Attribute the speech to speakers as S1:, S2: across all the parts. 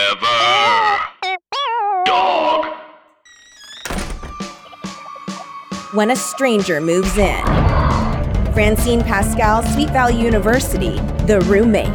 S1: Forever. Dog.
S2: when a stranger moves in. Francine Pascal, Sweet Valley University, The Roommate.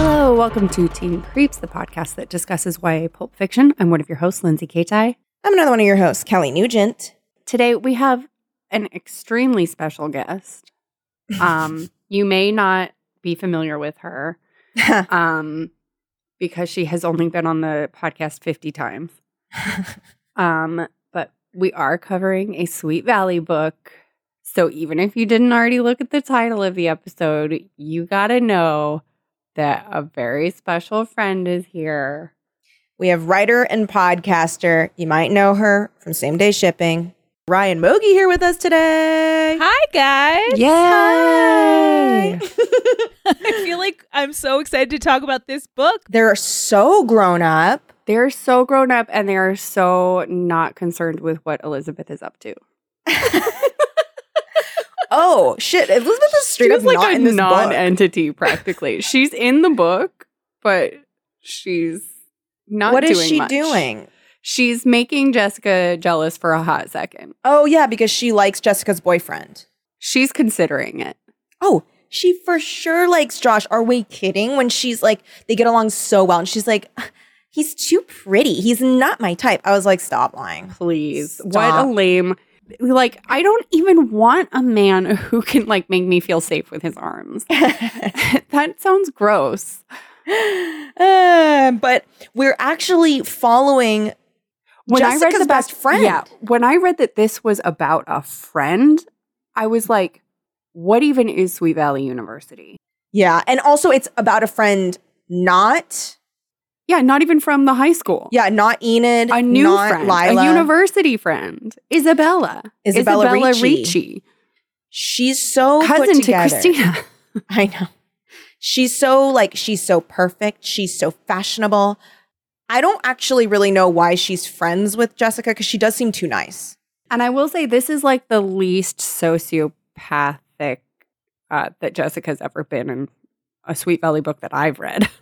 S3: Hello, welcome to Teen Creeps, the podcast that discusses YA pulp fiction. I'm one of your hosts, Lindsay Kaitai.
S2: I'm another one of your hosts, Kelly Nugent.
S3: Today we have an extremely special guest. Um, you may not be familiar with her um, because she has only been on the podcast 50 times. Um, but we are covering a Sweet Valley book. So even if you didn't already look at the title of the episode, you got to know that a very special friend is here.
S2: we have writer and podcaster. You might know her from Same Day Shipping. Ryan Mogi here with us today.
S4: Hi guys.
S3: Yay!
S4: I feel like I'm so excited to talk about this book.
S2: They're so grown up.
S3: They're so grown up and they are so not concerned with what Elizabeth is up to.
S2: Oh shit! Elizabeth is straight up
S3: She's like
S2: not
S3: a
S2: in this book.
S3: non-entity practically. she's in the book, but she's not
S2: what is
S3: doing
S2: she
S3: much.
S2: doing?
S3: She's making Jessica jealous for a hot second.
S2: Oh yeah, because she likes Jessica's boyfriend.
S3: She's considering it.
S2: oh, she for sure likes Josh. Are we kidding? When she's like, they get along so well, and she's like, he's too pretty. He's not my type. I was like, stop lying.
S3: Please. What
S2: Stop.
S3: a lame like I don't even want a man who can like make me feel safe with his arms. that sounds gross.
S2: Uh, but we're actually following. Jessica's best friend.
S3: Yeah, when I read that this was about a friend, I was like, "What even is Sweet Valley University?"
S2: Yeah. And also, it's about a friend, not,
S3: Yeah, not even from the high school.
S2: yeah, not Enid.
S3: a new
S2: not
S3: friend,
S2: Lila.
S3: a university friend, Isabella,
S2: Isabella Ricci.
S3: Ricci,
S2: She's so put
S3: cousin to
S2: together.
S3: Christina.
S2: I know. She's so like she's so perfect. She's so fashionable. I don't actually really know why she's friends with Jessica because she does seem too nice.
S3: And I will say, this is like the least sociopathic uh, that Jessica's ever been in a Sweet Valley book that I've read.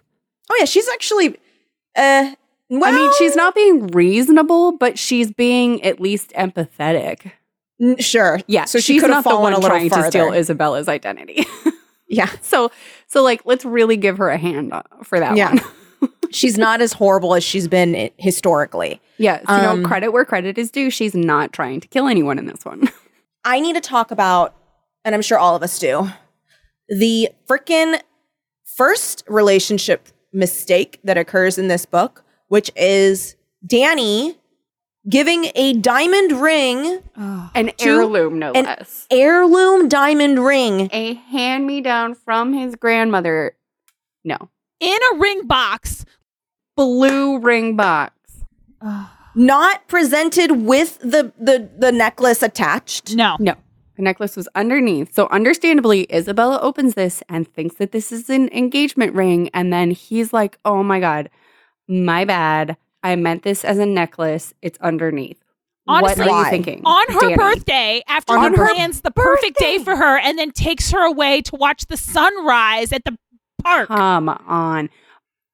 S2: Oh yeah, she's actually. Uh, well,
S3: I mean, she's not being reasonable, but she's being at least empathetic.
S2: n- sure.
S3: Yeah,
S2: so she
S3: she's
S2: could have
S3: not the
S2: fallen
S3: one
S2: a little
S3: trying to steal
S2: farther.
S3: Isabella's identity.
S2: yeah,
S3: so, so like, let's really give her a hand uh, for that
S2: Yeah.
S3: one.
S2: she's not as horrible as she's been i- historically.
S3: Yeah, so, you
S2: Um,
S3: know, credit where credit is due. She's not trying to kill anyone in this one.
S2: I need to talk about, and I'm sure all of us do, the frickin' first relationship mistake that occurs in this book, which is Danny giving a diamond ring,
S3: An
S2: Two-
S3: heirloom, no
S2: an-
S3: less.
S2: heirloom diamond ring.
S3: A hand me down from his grandmother. No,
S4: In a ring box.
S3: blue ring box.
S2: Not presented with the the, the necklace attached.
S4: No.
S3: No, the necklace was underneath. So, understandably, Isabella opens this and thinks that this is an engagement ring. And then he's like, oh my God, my bad. I meant this as a necklace. It's underneath.
S4: Honestly,
S3: what are
S2: Why?
S3: you thinking?
S4: On her
S3: Danny?
S4: birthday, after
S2: On
S4: he
S2: her
S4: plans the perfect day for her and then takes her away to watch the sunrise at the park.
S3: Come on.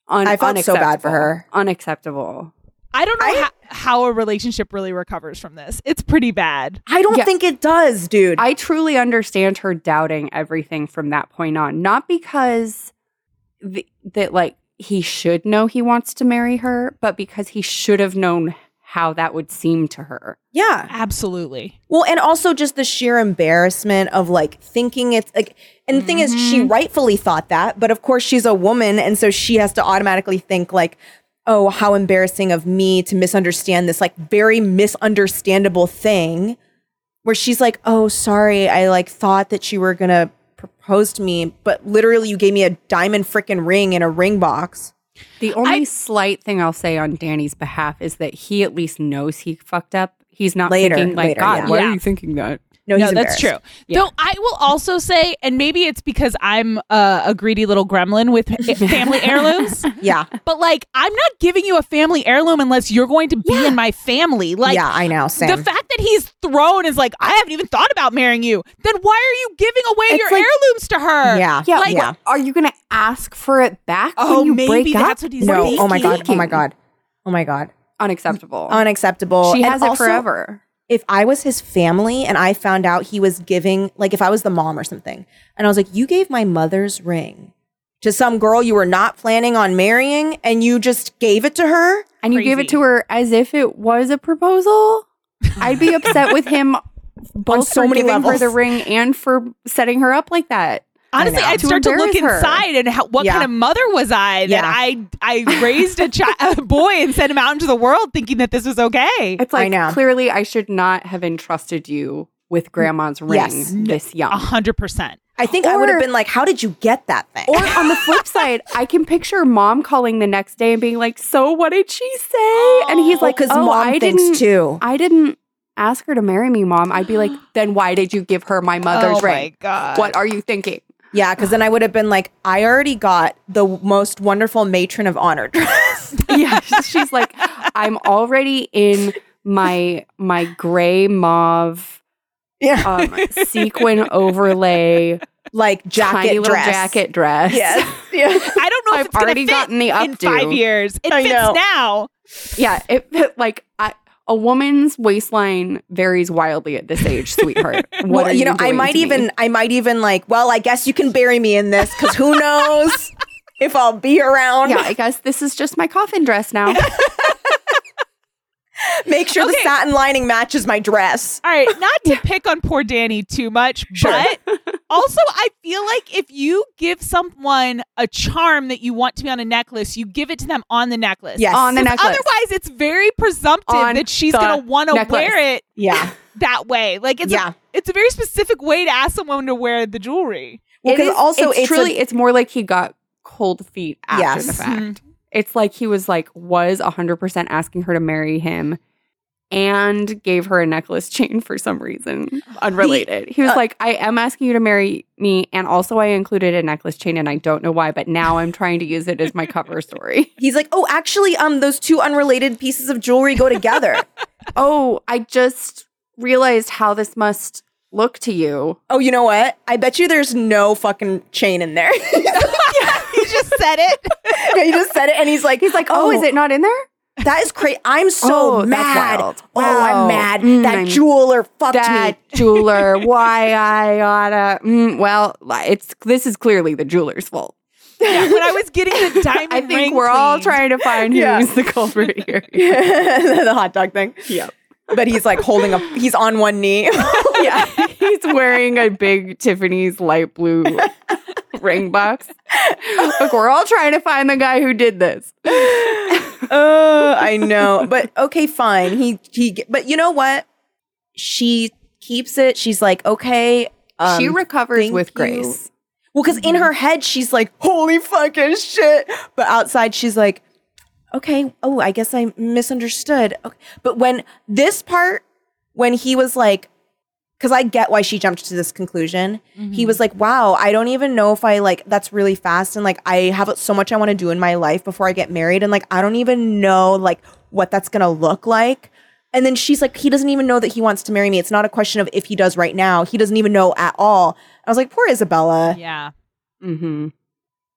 S3: Un-
S2: I felt so bad for
S3: unacceptable.
S2: her.
S3: Unacceptable.
S4: I don't know
S2: I-
S4: ho- how a relationship really recovers from this. It's pretty bad.
S2: I don't
S3: Yeah.
S2: think it does, dude.
S3: I truly understand her doubting everything from that point on. Not because th- that, like, he should know he wants to marry her, but because he should have known how that would seem to her.
S2: yeah.
S4: Absolutely.
S2: Well, and also just the sheer embarrassment of like thinking it's like, and the thing is, she
S4: Mm-hmm.
S2: rightfully thought that, but of course she's a woman. And so she has to automatically think like, oh, how embarrassing of me to misunderstand this like very misunderstandable thing where she's like, oh, sorry, I like thought that you were going to propose to me, but literally you gave me a diamond freaking ring in a ring box.
S3: The only slight thing I'll say on Danny's behalf is that he at least knows he fucked up. He's not
S2: Later,
S3: thinking like
S2: later,
S3: God.
S2: yeah.
S3: Why
S4: Yeah.
S3: are you thinking that?
S2: No, Oh, he's
S4: no, that's
S2: embarrassed.
S4: true.
S3: Yeah.
S4: Though I will also say, and maybe it's because I'm uh, a greedy little gremlin with h- family heirlooms,
S2: Yeah,
S4: but like I'm not giving you a family heirloom unless you're going to be in my family. Like
S2: yeah, I know. Sam.
S4: the fact that he's thrown is like I haven't even thought about marrying you. Then why are you giving away
S2: It's
S4: your
S2: like-
S4: heirlooms to her?
S2: yeah,
S3: Yeah,
S2: yeah.
S3: what- are you going to ask for it back
S4: Oh,
S3: when you
S4: maybe
S3: break
S4: that's
S3: up?
S4: what he's
S2: No,
S4: thinking.
S2: oh my god, oh my
S3: thinking?
S2: god, oh my god,
S3: Unacceptable.
S2: unacceptable.
S3: she
S2: And
S3: has it
S2: also,
S3: forever.
S2: If I was his family and I found out he was giving, like, if I was the mom or something, and I was like, "You gave my mother's ring to some girl you were not planning on marrying, and you just gave it to her."
S3: And you gave it
S4: Crazy.
S3: to her as if it was a proposal. I'd be upset with him both
S2: so
S3: for
S2: many
S3: giving her
S2: levels.
S3: the ring and for setting her up like that.
S4: Honestly,
S2: know.
S4: I'd
S3: To
S4: start to look
S3: embarrass her.
S4: inside and how, what
S2: Yeah.
S4: kind of mother was I that
S2: Yeah.
S4: I I raised a, chi- a boy and sent him out into the world thinking that this was okay.
S3: It's
S2: I
S3: like
S2: know.
S3: clearly I should not have entrusted you with grandma's ring
S2: Yes. uh-huh.
S3: this
S4: A
S3: young.
S4: hundred percent.
S2: I think I would have
S3: Or-
S2: been like, "How did you get that thing?"
S3: Or on the flip side, I can picture mom calling the next day and being like, "So what did she say?" And he's like,
S2: because
S3: "Oh,
S2: mom
S3: I
S2: thinks
S3: didn't.
S2: too.
S3: I didn't ask her to marry me, mom." I'd be like, "Then why did you give her my mother's
S4: oh
S3: ring?
S4: my god.
S3: What are you thinking?"
S2: Yeah, because then I would have been like, I already got the most wonderful matron of honor dress.
S3: yeah, she's like, "I'm already in my my gray mauve
S2: yeah,
S3: um, sequin overlay
S2: like jacket
S3: tiny little
S2: dress.
S3: jacket dress."
S2: Yes, yeah.
S4: I don't know if
S3: I've
S4: it's gonna
S3: already
S4: fit
S3: gotten the
S4: in
S3: updo.
S4: five years. It
S2: I
S4: fits
S2: know.
S4: now.
S3: Yeah, it, it- like I, a woman's waistline varies wildly at this age, sweetheart. What
S2: Well,
S3: are
S2: you
S3: you
S2: know, I
S3: doing
S2: might
S3: to me?
S2: even, I might even like, well, I guess you can bury me in this because who knows if I'll be around.
S3: Yeah, I guess this is just my coffin dress now.
S2: Make sure the
S4: Okay.
S2: satin lining matches my dress.
S4: All right, not to pick on poor Danny too much, but also I feel like if you give someone a charm that you want to be on a necklace, you give it to them on the necklace.
S2: Yes.
S3: On the
S2: Because
S3: necklace.
S4: Otherwise, it's very presumptive
S3: On
S4: that she's
S3: the
S4: going to want to
S3: necklace.
S4: wear it
S2: Yeah,
S4: that way. Like it's
S2: Yeah.
S4: a, it's a very specific way to ask someone to wear the jewelry.
S2: Well,
S3: It
S2: 'cause
S3: is-
S2: also
S3: it's,
S2: it's a-
S3: truly it's more like he got cold feet after the
S2: Yes. Mm-hmm.
S3: fact. It's like he was like was 100% asking her to marry him and gave her a necklace chain for some reason unrelated. he was
S2: uh,
S3: like I am asking you to marry me and also I included a necklace chain and I don't know why but now I'm trying to use it as my cover story.
S2: he's like, oh, actually, um, those two unrelated pieces of jewelry go together.
S3: oh, I just realized how this must look to you.
S2: oh, you know what? I bet you there's no fucking chain in there.
S4: You just said it.
S2: yeah, you just said it, and he's like,
S3: He's like, "Oh, is it not in there?"
S2: That is crazy. I'm so
S3: Oh, that's
S2: mad.
S3: wild.
S2: Oh,
S3: Wow.
S2: I'm mad.
S3: Mm,
S2: that
S3: I'm-
S2: jeweler fucked
S3: that
S2: me.
S3: jeweler why i oughta mm, well li- it's this is clearly the jeweler's fault
S4: Yeah, when I was getting the diamond
S3: i think
S4: ring
S3: we're all
S4: cleaned.
S3: trying to find who's
S2: Yeah.
S3: the culprit here
S2: the hot dog thing.
S3: yeah
S2: But he's like holding up. He's on one knee.
S3: yeah he's wearing a big tiffany's light blue ring box look we're all trying to find the guy who did this
S2: oh, I know. But okay, fine. He he. But you know what? She keeps it. She's like, okay. Um,
S3: she recovers
S2: thank
S3: with
S2: you.
S3: grace
S2: Well, because in her head she's like, holy fucking shit. But outside she's like, okay, oh, I guess I misunderstood. Okay. But when this part, when he was like, because I get why she jumped to this conclusion. He was like, wow, I don't even know if I like, that's really fast. And like, I have so much I want to do in my life before I get married. And like, I don't even know like what that's going to look like. And then she's like, he doesn't even know that he wants to marry me. It's not a question of if he does right now. He doesn't even know at all. I was like, poor Isabella.
S4: Yeah.
S3: mm-hmm.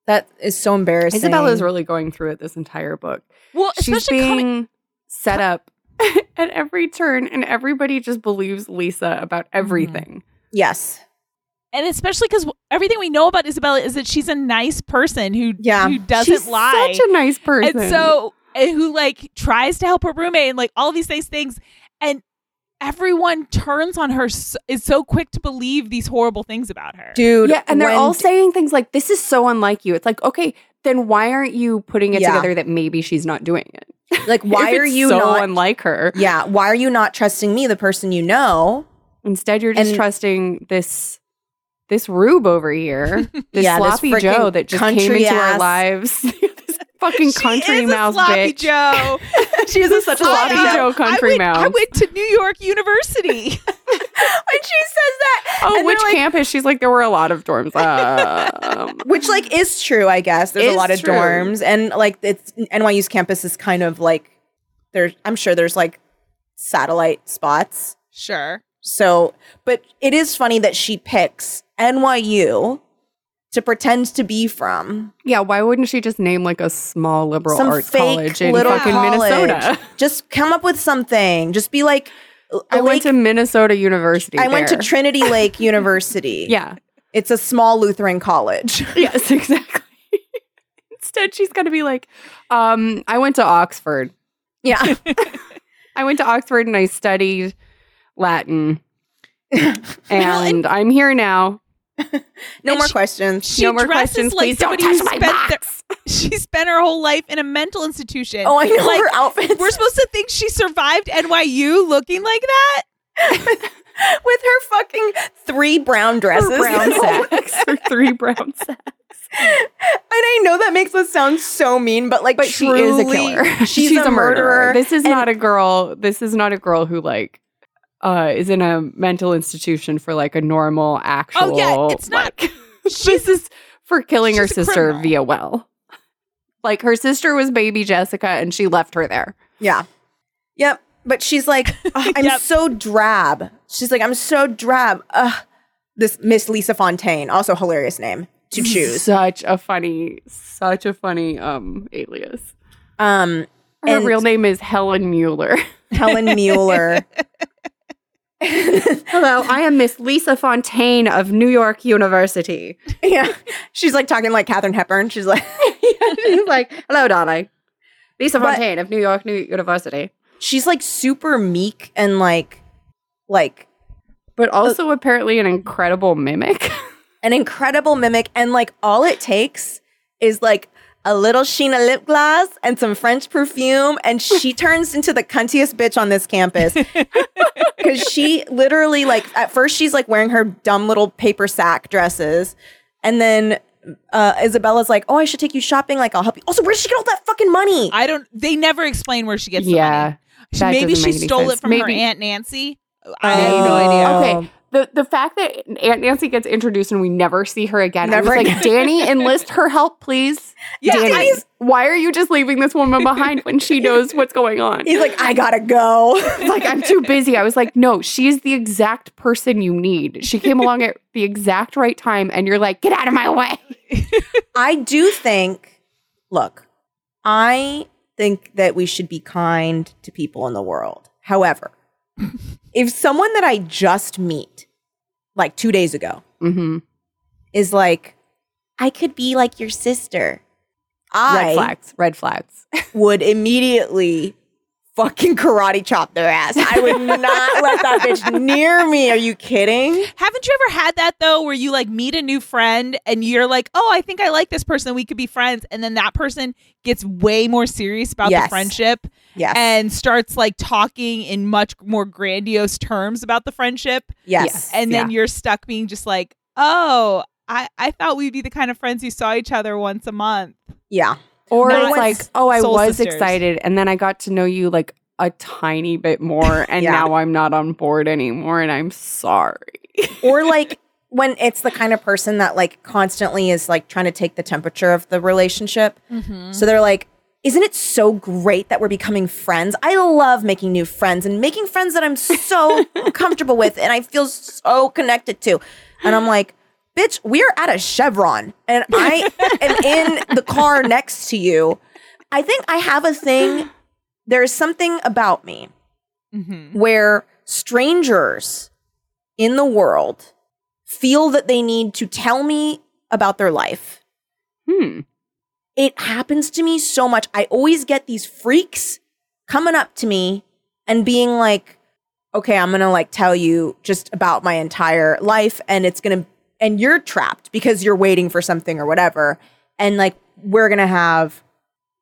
S2: That is so embarrassing.
S3: isabella's really going through it this entire book
S4: Well,
S3: she's
S4: especially
S3: being
S4: coming.
S3: set up at every turn, and everybody just believes Lisa about
S4: Mm-hmm.
S3: everything.
S2: yes.
S4: and especially because everything we know about Isabella is that she's a nice person who
S2: Yeah.
S4: who doesn't
S3: She's
S4: lie,
S3: Such a nice person.
S4: and so and who like tries to help her roommate and like all these nice things, and everyone turns on her s- is so quick to believe these horrible things about her.
S2: Dude.
S3: yeah, and they're
S2: when-
S3: all saying things like, "This is so unlike you." It's like, okay, then why aren't you putting it
S2: Yeah.
S3: together that maybe she's not doing it?
S2: like why
S3: If
S2: are
S3: it's
S2: you
S3: so
S2: not
S3: unlike her?
S2: Yeah, why are you not trusting me, the person you know?
S3: Instead, you're just
S2: And-
S3: trusting this this rube over here, this
S2: Yeah, this
S3: sloppy
S2: freaking
S3: Joe that just came
S2: country
S3: into our
S2: ass-
S3: lives. this fucking country
S4: she is
S3: mouse
S4: a sloppy
S3: bitch.
S4: Joe.
S2: She is
S3: such a sloppy
S4: I know.
S3: Joe country
S4: I went, I
S3: mouse.
S4: went to New York University.
S2: When she
S3: oh,
S2: they're
S3: which
S2: like-
S3: campus? She's like, there were a lot of dorms. Um,
S2: Which like is true, I guess. There's
S3: Is
S2: a lot of
S3: true.
S2: dorms and like it's NYU's campus is kind of like there's I'm sure there's like satellite spots.
S4: Sure.
S2: So, but it is funny that she picks NYU to pretend to be from
S3: yeah, why wouldn't she just name like a small liberal
S2: some
S3: arts
S2: fake
S3: college in
S2: little
S3: fucking
S2: college.
S3: Minnesota?
S2: Just come up with something. Just be like,
S3: I went to
S2: Lake-
S3: Minnesota University.
S2: I went to
S3: there.
S2: Trinity Lake University.
S3: yeah.
S2: it's a small Lutheran college.
S3: Yes, exactly. Instead, she's going to be like, um, I went to Oxford.
S2: Yeah,
S3: I went to Oxford and I studied Latin. and I'm here now.
S2: no
S4: And
S2: more
S4: she-
S2: questions.
S4: She
S3: no more questions,
S4: dresses like
S3: please. Don't
S4: somebody who
S3: touch my
S4: spent their-
S3: box.
S4: She spent her whole life in a mental institution.
S2: Oh, I know
S4: Like,
S2: her outfits
S4: We're supposed to think she survived NYU looking like that?
S2: with her fucking three brown dresses.
S3: Her brown sacks. Her three brown sacks.
S2: And I know that makes us sound so mean, but like,
S3: But she is a
S2: truly,
S3: killer.
S2: She's, a, murderer.
S3: This is
S2: and-
S3: not a girl. This is not a girl who like uh is in a mental institution for like a normal actual.
S4: Oh, yeah, it's not.
S3: like- this is for killing her
S4: she's a
S3: sister
S4: criminal.
S3: via well. Like her sister was baby Jessica, and she left her there.
S2: Yeah. Yep. But she's like, "Ugh, I'm
S4: Yep.
S2: so drab. She's like, I'm so drab. Ugh. This Miss Lisa Fontaine, also hilarious name to choose.
S3: Such a funny, such a funny um alias.
S2: Um,
S3: Her
S2: And-
S3: real name is Helen Mueller.
S2: Helen Mueller.
S3: Hello, I am Miss Lisa Fontaine of New York University.
S2: yeah. She's like talking like Katherine Hepburn. She's like,
S3: She's like, hello, darling. Lisa
S2: But-
S3: Fontaine of New York New University.
S2: she's like super meek and like, like
S3: But also apparently an incredible mimic.
S2: an incredible mimic. And like, all it takes is like, a little Sheena lip gloss and some French perfume, and she turns into the cuntiest bitch on this campus. because she literally like at first she's like wearing her dumb little paper sack dresses, and then uh, Isabella's like, "Oh, I should take you shopping. Like, I'll help you." Also, where did she get all that fucking money?
S4: I don't they never explain where she gets
S3: Yeah,
S4: the
S3: that
S4: money. Maybe
S3: doesn't
S4: she
S3: make any
S4: stole
S3: sense.
S4: it from her
S3: Maybe-
S4: Aunt Nancy. Oh. I have no idea.
S3: Okay. The the fact that Aunt Nancy gets introduced and we never see her again. I
S2: Never
S3: was
S2: again.
S3: like, Danny, enlist her help, please.
S4: Yeah,
S3: Danny,
S4: I-
S3: why are you just leaving this woman behind when she knows what's going on?
S2: He's like, "I gotta go."
S3: It's like I'm too busy. I was like, no, she's the exact person you need. She came along at the exact right time, and you're like, get out of my way.
S2: I do think. Look, I think that we should be kind to people in the world. However, if someone that I just meet, like two days ago,
S3: Mm-hmm.
S2: is like, I could be like your sister. I
S3: Red flags. Red flags.
S2: would immediately fucking karate chop their ass. I would not let that bitch near me. Are you kidding?
S4: Haven't you ever had that though where you like meet a new friend and you're like, "Oh, I think I like this person. We could be friends." And then that person gets way more serious about
S2: Yes.
S4: the friendship
S2: Yes.
S4: and starts like talking in much more grandiose terms about the friendship.
S2: yes.
S4: And then you're stuck being just like, "Oh, I, I thought we'd be the kind of friends who saw each other once a month.
S2: Yeah.
S3: Or
S4: Not
S3: it's
S4: with
S3: like, oh, I
S4: soul
S3: was
S4: sisters.
S3: excited, and then I got to know you like a tiny bit more, and
S2: Yeah.
S3: now I'm not on board anymore, and I'm sorry.
S2: Or like when it's the kind of person that like constantly is like trying to take the temperature of the relationship. So they're like, isn't it so great that we're becoming friends? I love making new friends and making friends that I'm so comfortable with and I feel so connected to. And I'm like, bitch, we're at a Chevron and I am in the car next to you. I think I have a thing. There's something about me
S4: Mm-hmm.
S2: where strangers in the world feel that they need to tell me about their life
S3: Hmm.
S2: it happens to me so much. I always get these freaks coming up to me and being like, okay, I'm going to like tell you just about my entire life. And it's going to, and you're trapped because you're waiting for something or whatever. And like, we're going to have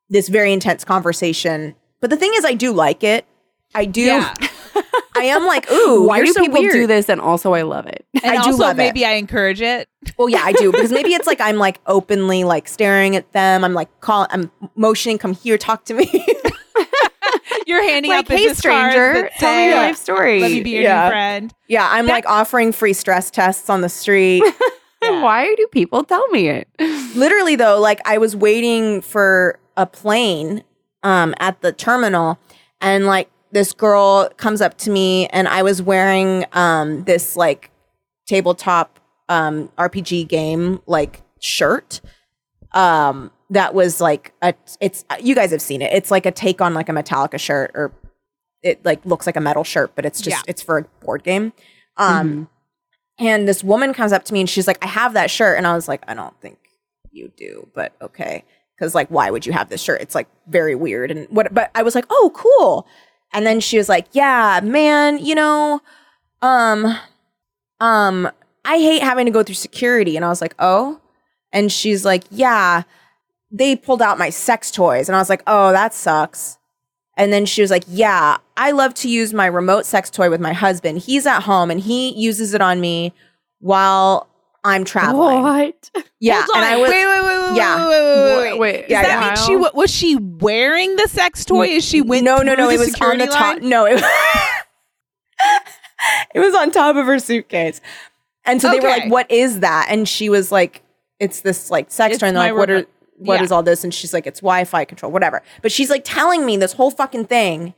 S2: this very intense conversation. But the thing is, I do like it. I do.
S4: Yeah.
S2: I am like, ooh,
S3: Why
S2: you're
S3: do
S2: so
S3: people
S2: weird.
S3: do this? And also, I love it.
S4: And
S2: I do
S4: also
S2: love it.
S4: maybe I encourage it.
S2: Well, yeah, I do because maybe it's like I'm like openly like staring at them. I'm like call. I'm motioning, come here, talk to me.
S4: You're handing
S3: like,
S4: out business
S3: hey, stranger,
S4: cards that
S3: tell me your
S4: say,
S3: life story.
S4: Let me be your
S2: Yeah.
S4: new friend.
S2: Yeah, I'm like offering free stress tests on the street.
S4: Yeah.
S3: Why do people tell me it?
S2: Literally though, like I was waiting for a plane um at the terminal and like this girl comes up to me and I was wearing um this like tabletop um RPG game like shirt. Um that was like a it's you guys have seen it. It's like a take on like a Metallica shirt or it like looks like a metal shirt, but it's just
S4: Yeah.
S2: it's for a board game. Um and this woman comes up to me and she's like, I have that shirt. And I was like, I don't think you do, but okay. Cause like, why would you have this shirt? It's like very weird. And what, but I was like, oh, cool. And then she was like, yeah, man, you know, um, um, I hate having to go through security. And I was like, oh. And she's like, yeah, they pulled out my sex toys. And I was like, oh, that sucks. And then she was like, Yeah, I love to use my remote sex toy with my husband. He's at home and he uses it on me while I'm traveling.
S3: What?
S2: Yeah.
S4: Hold on.
S2: And I was,
S4: wait, wait, wait, wait,
S2: Yeah.
S4: wait, wait, wait, wait.
S3: Wait,
S2: Yeah,
S4: Does
S2: yeah.
S4: that mean she wa- was she wearing the sex toy as she went?
S2: no, no, no.
S4: through
S2: It was on
S4: security
S2: the top.
S4: line?
S2: No, it, it was on top of her suitcase. And so they were
S4: Okay.
S2: like, What is that? And she was like, It's this like sex
S4: It's
S2: toy. And they're
S4: my
S2: like, What
S4: remote-
S2: are, what is
S4: Yeah.
S2: all this? And she's like, It's Wi Fi control, whatever. But she's like telling me this whole fucking thing.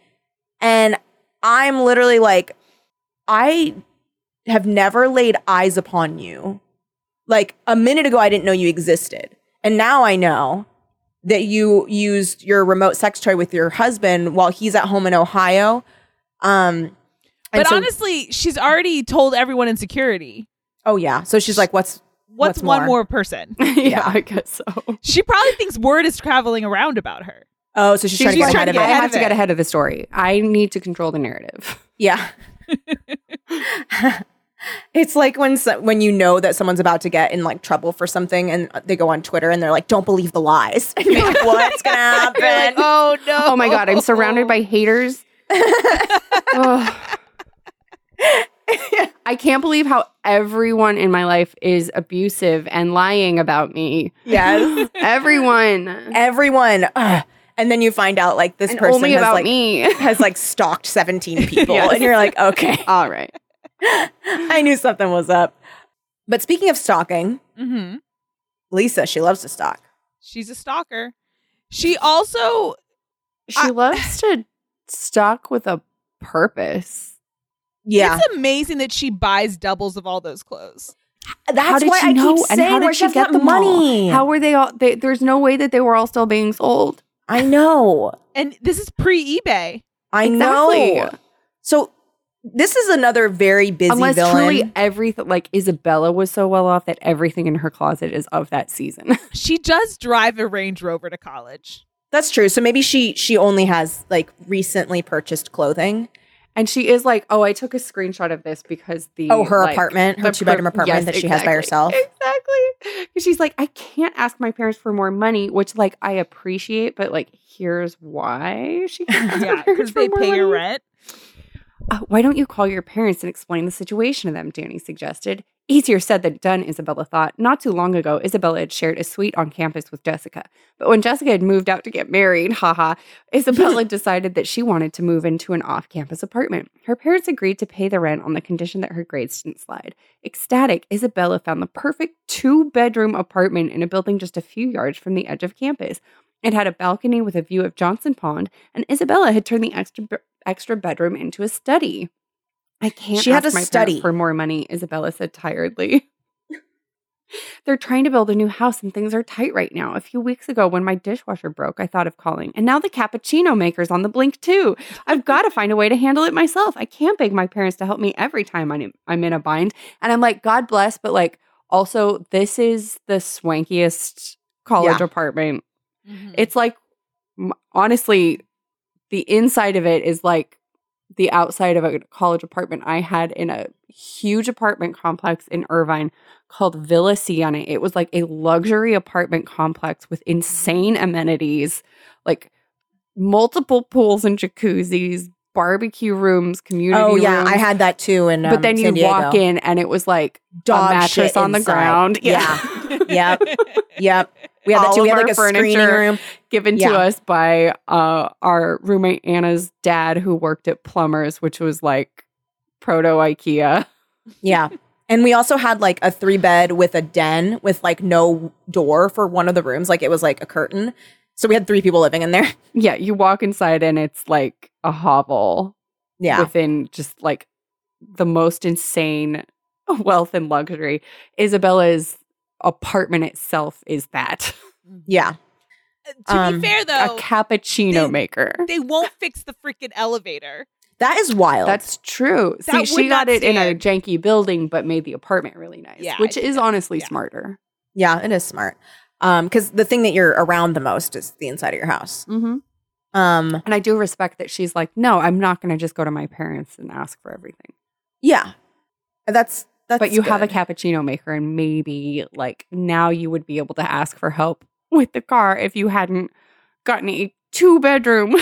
S2: And I'm literally like, I have never laid eyes upon you. Like a minute ago, I didn't know you existed. And now I know that you used your remote sex toy with your husband while he's at home in Ohio. Um, and
S4: But
S2: so-
S4: honestly, she's already told everyone in security.
S2: oh, yeah. So she's like, what's,
S4: What's,
S2: What's
S4: one
S2: more?
S4: more person?
S3: yeah, I guess so.
S4: She probably thinks word is traveling around about her.
S2: oh, so she's, trying to
S4: she's
S2: get
S4: trying
S2: ahead
S4: to
S2: of it.
S4: get
S3: I
S4: ahead
S3: have
S4: of
S3: to get
S4: it.
S3: ahead of the story. I need to control the narrative.
S2: Yeah. it's like when so- when you know that someone's about to get in like trouble for something and they go on Twitter and they're like, don't believe the lies. And you're like, what's going to happen?
S4: oh no!
S3: Oh my god, I'm surrounded by haters. Ugh. I can't believe how everyone in my life is abusive and lying about me.
S2: yes.
S3: Everyone.
S2: Everyone. Ugh. And then you find out like this
S3: and
S2: person
S3: only
S2: has
S3: about
S2: like,
S3: me.
S2: has like stalked 17 people.
S3: Yes.
S2: And you're like, okay,
S3: All right.
S2: I knew something was up. But speaking of stalking,
S4: Mm-hmm.
S2: Lisa, she loves to stalk.
S4: She's a stalker. She also
S3: She loves to stalk with a purpose.
S2: Yeah.
S4: It's amazing that she buys doubles of all those clothes.
S2: That's
S3: how did
S2: why
S3: she
S2: I
S3: know?
S2: keep
S3: and how
S2: saying
S3: did
S2: where
S3: she
S2: she's
S3: get
S2: got
S3: the
S2: the money.
S3: How were they all? They, there's no way that they were all still being sold.
S2: I know.
S4: And this is pre eBay.
S2: I
S3: Exactly.
S2: know. So this is another very busy
S3: Unless
S2: villain.
S3: truly everything, like Isabella was so well off that everything in her closet is of that season.
S4: She does drive a Range Rover to college.
S2: That's true. So maybe she she only has like recently purchased clothing.
S3: And she is like, oh, I took a screenshot of this because the
S2: Oh, her
S3: like,
S2: apartment, her
S3: the
S2: two bedroom
S3: per-
S2: apartment
S3: yes,
S2: that she has by
S3: exactly.
S2: herself.
S3: Exactly. 'Cause She's like, I can't ask my parents for more money, which like I appreciate, but like here's why she can't ask
S4: Yeah,
S3: her parents
S4: because
S3: for
S4: they
S3: more
S4: pay her
S3: money.
S4: rent.
S3: Uh, why don't you call your parents and explain the situation to them? Danny suggested. Easier said than done, Isabella thought. Not too long ago, Isabella had shared a suite on campus with Jessica. But when Jessica had moved out to get married, haha, Isabella decided that she wanted to move into an off campus apartment. Her parents agreed to pay the rent on the condition that her grades didn't slide. Ecstatic, Isabella found the perfect two bedroom apartment in a building just a few yards from the edge of campus. It had a balcony with a view of Johnson Pond, and Isabella had turned the extra be- extra bedroom into a study. I can't.
S2: She had
S3: ask
S2: a
S3: my parents
S2: study.
S3: for more money. Isabella said tiredly. They're trying to build a new house and things are tight right now. A few weeks ago, when my dishwasher broke, I thought of calling. And now the cappuccino maker's on the blink, too. I've got to find a way to handle it myself. I can't beg my parents to help me every time I'm I'm in a bind. And I'm like, God bless. But like, also, this is the swankiest college
S2: Yeah.
S3: apartment
S2: Mm-hmm.
S3: it's like m- honestly the inside of it is like the outside of a college apartment i had in a huge apartment complex in irvine called villa siena it was like a luxury apartment complex with
S2: Mm-hmm.
S3: insane amenities like multiple pools and jacuzzis barbecue rooms community
S2: Oh yeah,
S3: rooms.
S2: I had that too. And
S3: but then you walk in and it was like
S2: dog
S3: a mattress
S2: shit
S3: on the
S2: inside.
S3: ground
S2: Yeah. yep. Yep. We had that
S3: All
S2: too. We
S3: of
S2: had like
S3: our
S2: a screening
S3: furniture.
S2: room.
S3: given
S2: Yeah.
S3: to us by uh, our roommate Anna's dad, who worked at Plumbers, which was like proto IKEA.
S2: Yeah. And we also had like a three bed with a den with like no door for one of the rooms. Like it was like a curtain. So we had three people living in there.
S3: Yeah, you walk inside and it's like a hovel
S2: Yeah.
S3: within just like the most insane wealth and luxury. Isabella's apartment itself is that
S2: yeah.
S4: To
S2: Um,
S4: be fair, though,
S3: a cappuccino
S4: they-
S3: maker.
S4: they won't fix the freaking elevator.
S2: That is wild.
S3: That's true. See,
S4: That would
S3: she got
S4: not
S3: it in a
S4: stand.
S3: janky building, but made the apartment really nice,
S4: Yeah, I
S3: which
S4: think
S3: is
S4: that's-
S3: honestly
S4: yeah.
S3: smarter.
S2: yeah, it is smart. Um, because the thing that you're around the most is the inside of your house.
S3: Mm-hmm.
S2: Um,
S3: And I do respect that she's like, no, I'm not going to just go to my parents and ask for everything.
S2: yeah. That's that's
S3: but you have a
S2: good.
S3: cappuccino maker, and maybe like now you would be able to ask for help with the car if you hadn't gotten a two bedroom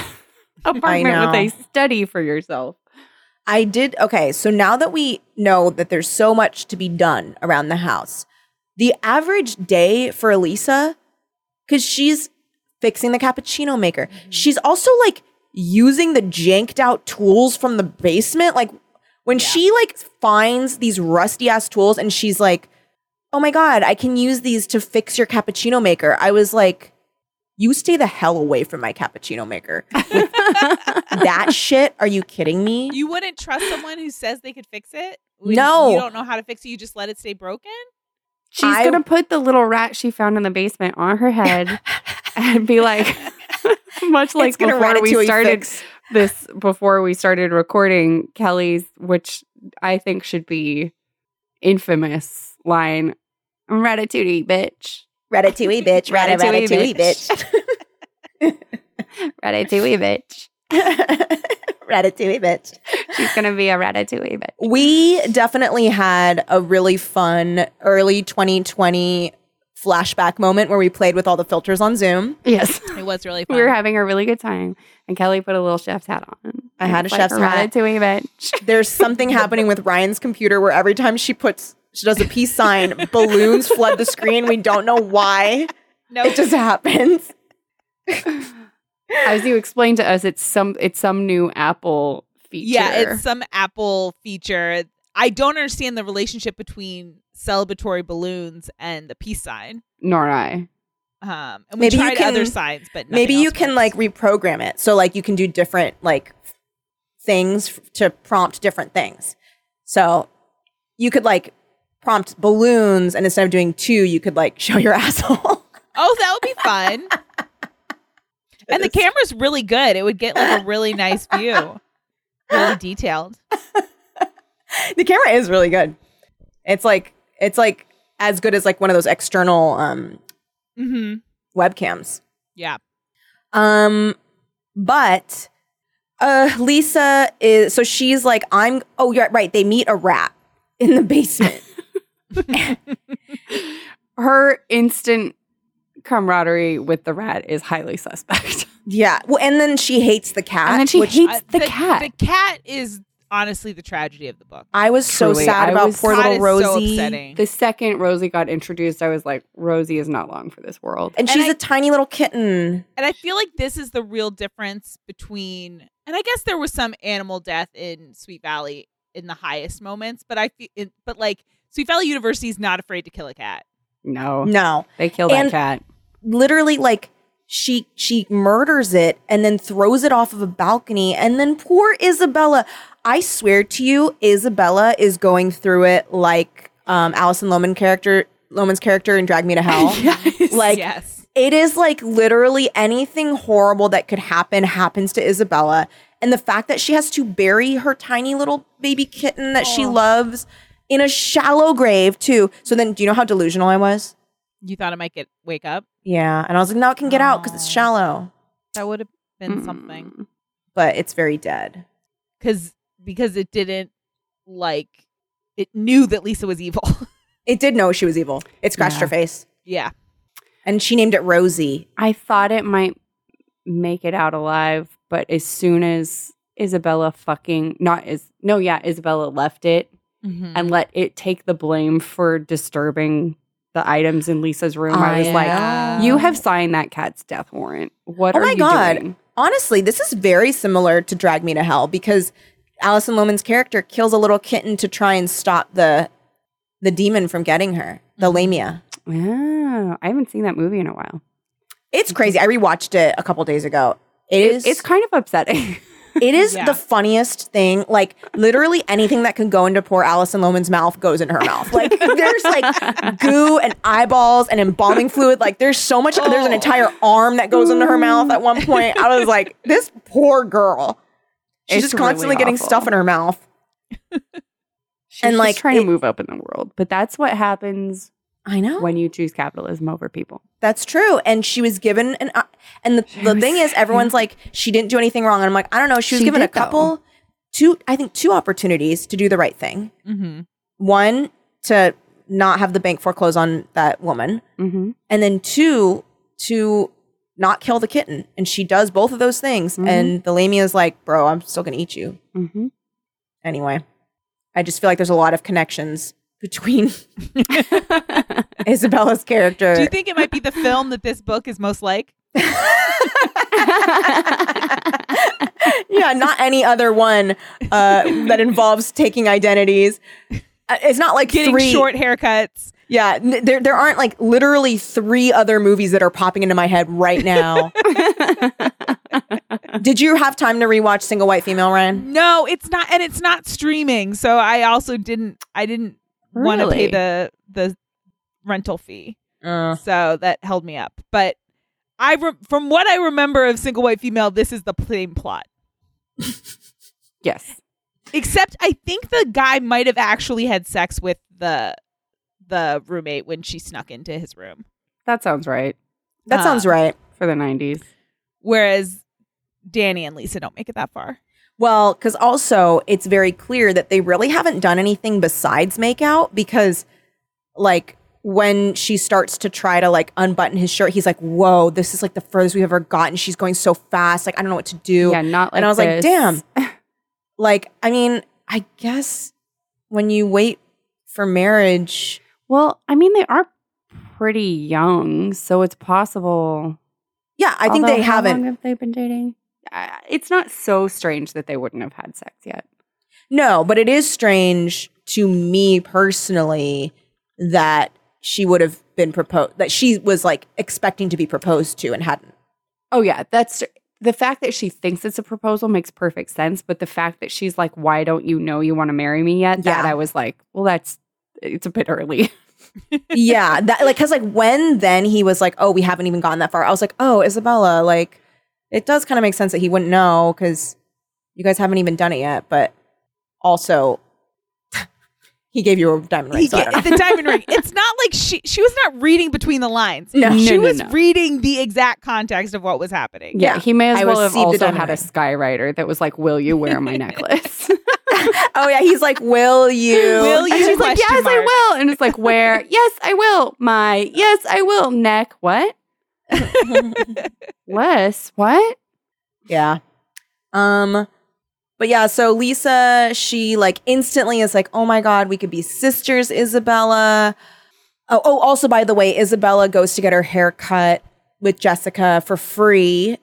S3: apartment with a study for yourself.
S2: I did. Okay. So now that we know that there's so much to be done around the house, the average day for Elisa, because she's fixing the cappuccino maker, she's also like using the janked out tools from the basement. Like when she like finds these rusty ass tools and she's like, oh my God, I can use these to fix your cappuccino maker. I was like, you stay the hell away from my cappuccino maker. With that shit? Are you kidding me?
S4: You wouldn't trust someone who says they could fix it.
S2: No.
S4: you don't know how to fix it. You just let it stay broken.
S3: She's
S2: I-
S3: going to put the little rat she found in the basement on her head and be like, much like
S2: gonna
S3: before we
S2: ratatouille
S3: started
S2: fix.
S3: this before we started recording Kelly's, which I think should be infamous line Ratatouille, bitch.
S2: Ratatouille, bitch. Rata-
S3: Ratatouille,
S2: Ratatouille, bitch.
S3: Ratatouille, bitch.
S2: Ratatouille, bitch.
S3: She's going to be a ratatouille bitch.
S2: We definitely had a really fun early 2020 flashback moment where we played with all the filters on Zoom.
S3: Yes.
S4: It was really fun.
S3: We were having a really good time, and Kelly put a little chef's hat on.
S2: I had
S3: It's
S2: a
S3: like
S2: chef's hat.
S3: Ratatouille, bitch.
S2: There's something happening with Ryan's computer where every time she puts she does a peace sign, balloons flood the screen. We don't know why.
S4: no,
S2: It just happens.
S3: As you explained to us, it's some it's some new Apple feature.
S4: yeah, it's some Apple feature. I don't understand the relationship between celebratory balloons and the peace sign.
S3: nor I.
S4: Um, and we
S2: Maybe you
S4: tried other
S2: can-
S4: signs, but nothing
S2: Maybe you
S4: else
S2: can
S4: works.
S2: like reprogram it. So like you can do different like f- things f- to prompt different things. So you could like prompt balloons and instead of doing two, you could like show your asshole.
S4: Oh, that would be fun. and the camera's really good. It would get like a really nice view, really detailed.
S2: the camera is really good. It's like it's like as good as like one of those external um
S4: Mm-hmm.
S2: webcams.
S4: Yeah.
S2: Um, but uh, Lisa is so she's like, I'm. Oh, you're right. They meet a rat in the basement.
S3: Her instant camaraderie with the rat is highly suspect.
S2: yeah. Well, and then she hates the cat.
S3: and then she
S2: which
S3: hates
S4: Uh,
S3: the, cat.
S4: The cat is honestly the tragedy of the book.
S2: I was so
S3: Truly,
S2: sad
S3: I
S2: about
S3: was-
S2: poor
S4: God
S2: little
S4: is so
S2: Rosie.
S4: upsetting.
S3: The second Rosie got introduced, I was like, Rosie is not long for this world.
S2: and
S4: And
S2: she's a
S4: I-
S2: tiny little kitten.
S4: And I feel like this is the real difference between, and I guess there was some animal death in Sweet Valley in the highest moments, but I feel, it, but like Sweet Valley University is not afraid to kill a cat.
S3: No,
S2: No,
S3: they killed that
S2: And-
S3: cat.
S2: literally, like she she murders it and then throws it off of a balcony. And then poor Isabella. I swear to you, Isabella is going through it like um, Allison Loman character Loman's character in Drag Me to Hell. Like
S4: yes.
S2: It is like literally anything horrible that could happen happens to Isabella. And the fact that she has to bury her tiny little baby kitten that she loves in a shallow grave, too. So then, do you know how delusional I was?
S4: You thought I might get wake up.
S2: Yeah. And I was like, now it can get out because it's
S4: Aw.
S2: shallow,
S4: That would have been something.
S3: Mm.
S2: but it's very dead.
S4: because because it didn't like it knew that Lisa was evil.
S2: It did know she was evil. It scratched
S3: Yeah.
S2: her face.
S4: yeah,
S2: And she named it Rosie.
S3: I thought it might make it out alive, but as soon as Isabella fucking not is no, yeah, Isabella left it
S2: Mm.
S4: mm-hmm.
S3: and let it take the blame for disturbing the items in Lisa's room, I was
S2: Ah, Yeah.
S3: like, you have signed that cat's death warrant. What
S2: Oh
S3: are
S2: my
S3: you
S2: God.
S3: doing?
S2: Honestly, this is very similar to Drag Me to Hell because Alison Lohman's character kills a little kitten to try and stop the the demon from getting her, the Lamia.
S3: Yeah, I haven't seen that movie in a while.
S2: It's crazy. I rewatched it a couple days ago.
S3: It-
S2: It is
S3: It's kind of upsetting.
S2: it is
S4: Yeah.
S2: the funniest thing. Like literally anything that can go into poor Alison Lohman's mouth goes in her mouth. Like there's like goo and eyeballs and embalming fluid. Like there's so much. There's an entire arm that goes into her mouth at one point. I was like, this poor girl. She's
S3: It's
S2: just constantly
S3: really
S2: getting
S3: awful.
S2: stuff in her mouth.
S3: She's
S2: And,
S3: just
S2: like,
S3: trying
S2: it-
S3: to move up in the world, but that's what happens
S2: I know.
S3: when you choose capitalism over people.
S2: That's true. And she was given an, o- and the, the
S3: was-
S2: thing is, everyone's like, she didn't do anything wrong. And I'm like, I don't know. She was
S3: She
S2: given a
S3: did, though.
S2: couple, two, I think two opportunities to do the right thing.
S4: hmm
S2: One, to not have the bank foreclose on that woman.
S3: Mm-hmm.
S2: And then two, to not kill the kitten. And she does both of those things.
S3: Mhm.
S2: And the Lamia is like, bro, I'm still going to eat you.
S3: Mm-hmm.
S2: Anyway, I just feel like there's a lot of connections between Isabella's character.
S4: Do you think it might be the film that this book is most like?
S2: yeah, not any other one uh, that involves taking identities. Uh, It's not like
S4: Getting
S2: three.
S4: short haircuts.
S2: Yeah, n- there there aren't like literally three other movies that are popping into my head right now. Did you have time to rewatch Single White Female, Ryan?
S4: No, it's not, and it's not streaming. So I also didn't. I didn't want to pay
S3: Really?
S4: the the rental fee, so that held me up. But I, re- from what I remember of Single White Female, this is the plain plot.
S3: yes.
S4: Except I think the guy might have actually had sex with the the roommate when she snuck into his room.
S3: That sounds right
S2: that
S4: Uh,
S2: sounds right.
S3: for the 90s.
S4: Whereas Danny and Lisa don't make it that far.
S2: Well, because also it's very clear that they really haven't done anything besides make out because, like, when she starts to try to like unbutton his shirt, he's like, "Whoa, this is like the furthest we've ever gotten." She's going so fast, like I don't know what to do.
S3: Yeah, not like
S2: and I was like,
S3: this.
S2: "Damn!" like, I mean, I guess when you wait for marriage,
S3: Well, I mean, they are pretty young, so it's possible.
S2: yeah, I think
S3: Although,
S2: they
S3: how
S2: haven't.
S3: Long have they been dating? Uh, it's not so strange that they wouldn't have had sex yet.
S2: No, but it is strange to me personally that she would have been proposed, that she was like expecting to be proposed to and hadn't.
S3: Oh yeah, that's the fact that she thinks it's a proposal makes perfect sense. But the fact that she's like, "Why don't you know you want to marry me yet?" That
S2: Yeah.
S3: I was like, "Well, that's it's a bit early."
S2: yeah. That like, cause like when then he was like, oh, we haven't even gotten that far. I was like, oh, Isabella, like it does kind of make sense that he wouldn't know because you guys haven't even done it yet. But also, he gave you a diamond ring. so I don't
S4: Yeah, the diamond ring. It's not like she she was not reading between the lines.
S2: No. No,
S4: she
S3: no,
S4: was
S3: no.
S4: reading the exact context of what was happening.
S3: Yeah,
S2: Yeah,
S3: he may as
S2: I
S3: well have
S2: received a
S3: also
S2: diamond
S3: had a
S2: ring.
S3: skywriter that was like, "Will you wear my necklace?"
S2: know. oh yeah, he's like, will you?
S4: Will you?
S3: And she's like,
S4: Question
S3: "Yes,
S4: mark.
S3: I will," and it's like, "Where?" yes, I will. My yes, I will. Neck. What? Wes. What?
S2: Yeah. Um but yeah, so Lisa, she like instantly is like, "Oh my god, we could be sisters, Isabella." Oh, oh also by the way, Isabella goes to get her hair cut with Jessica for free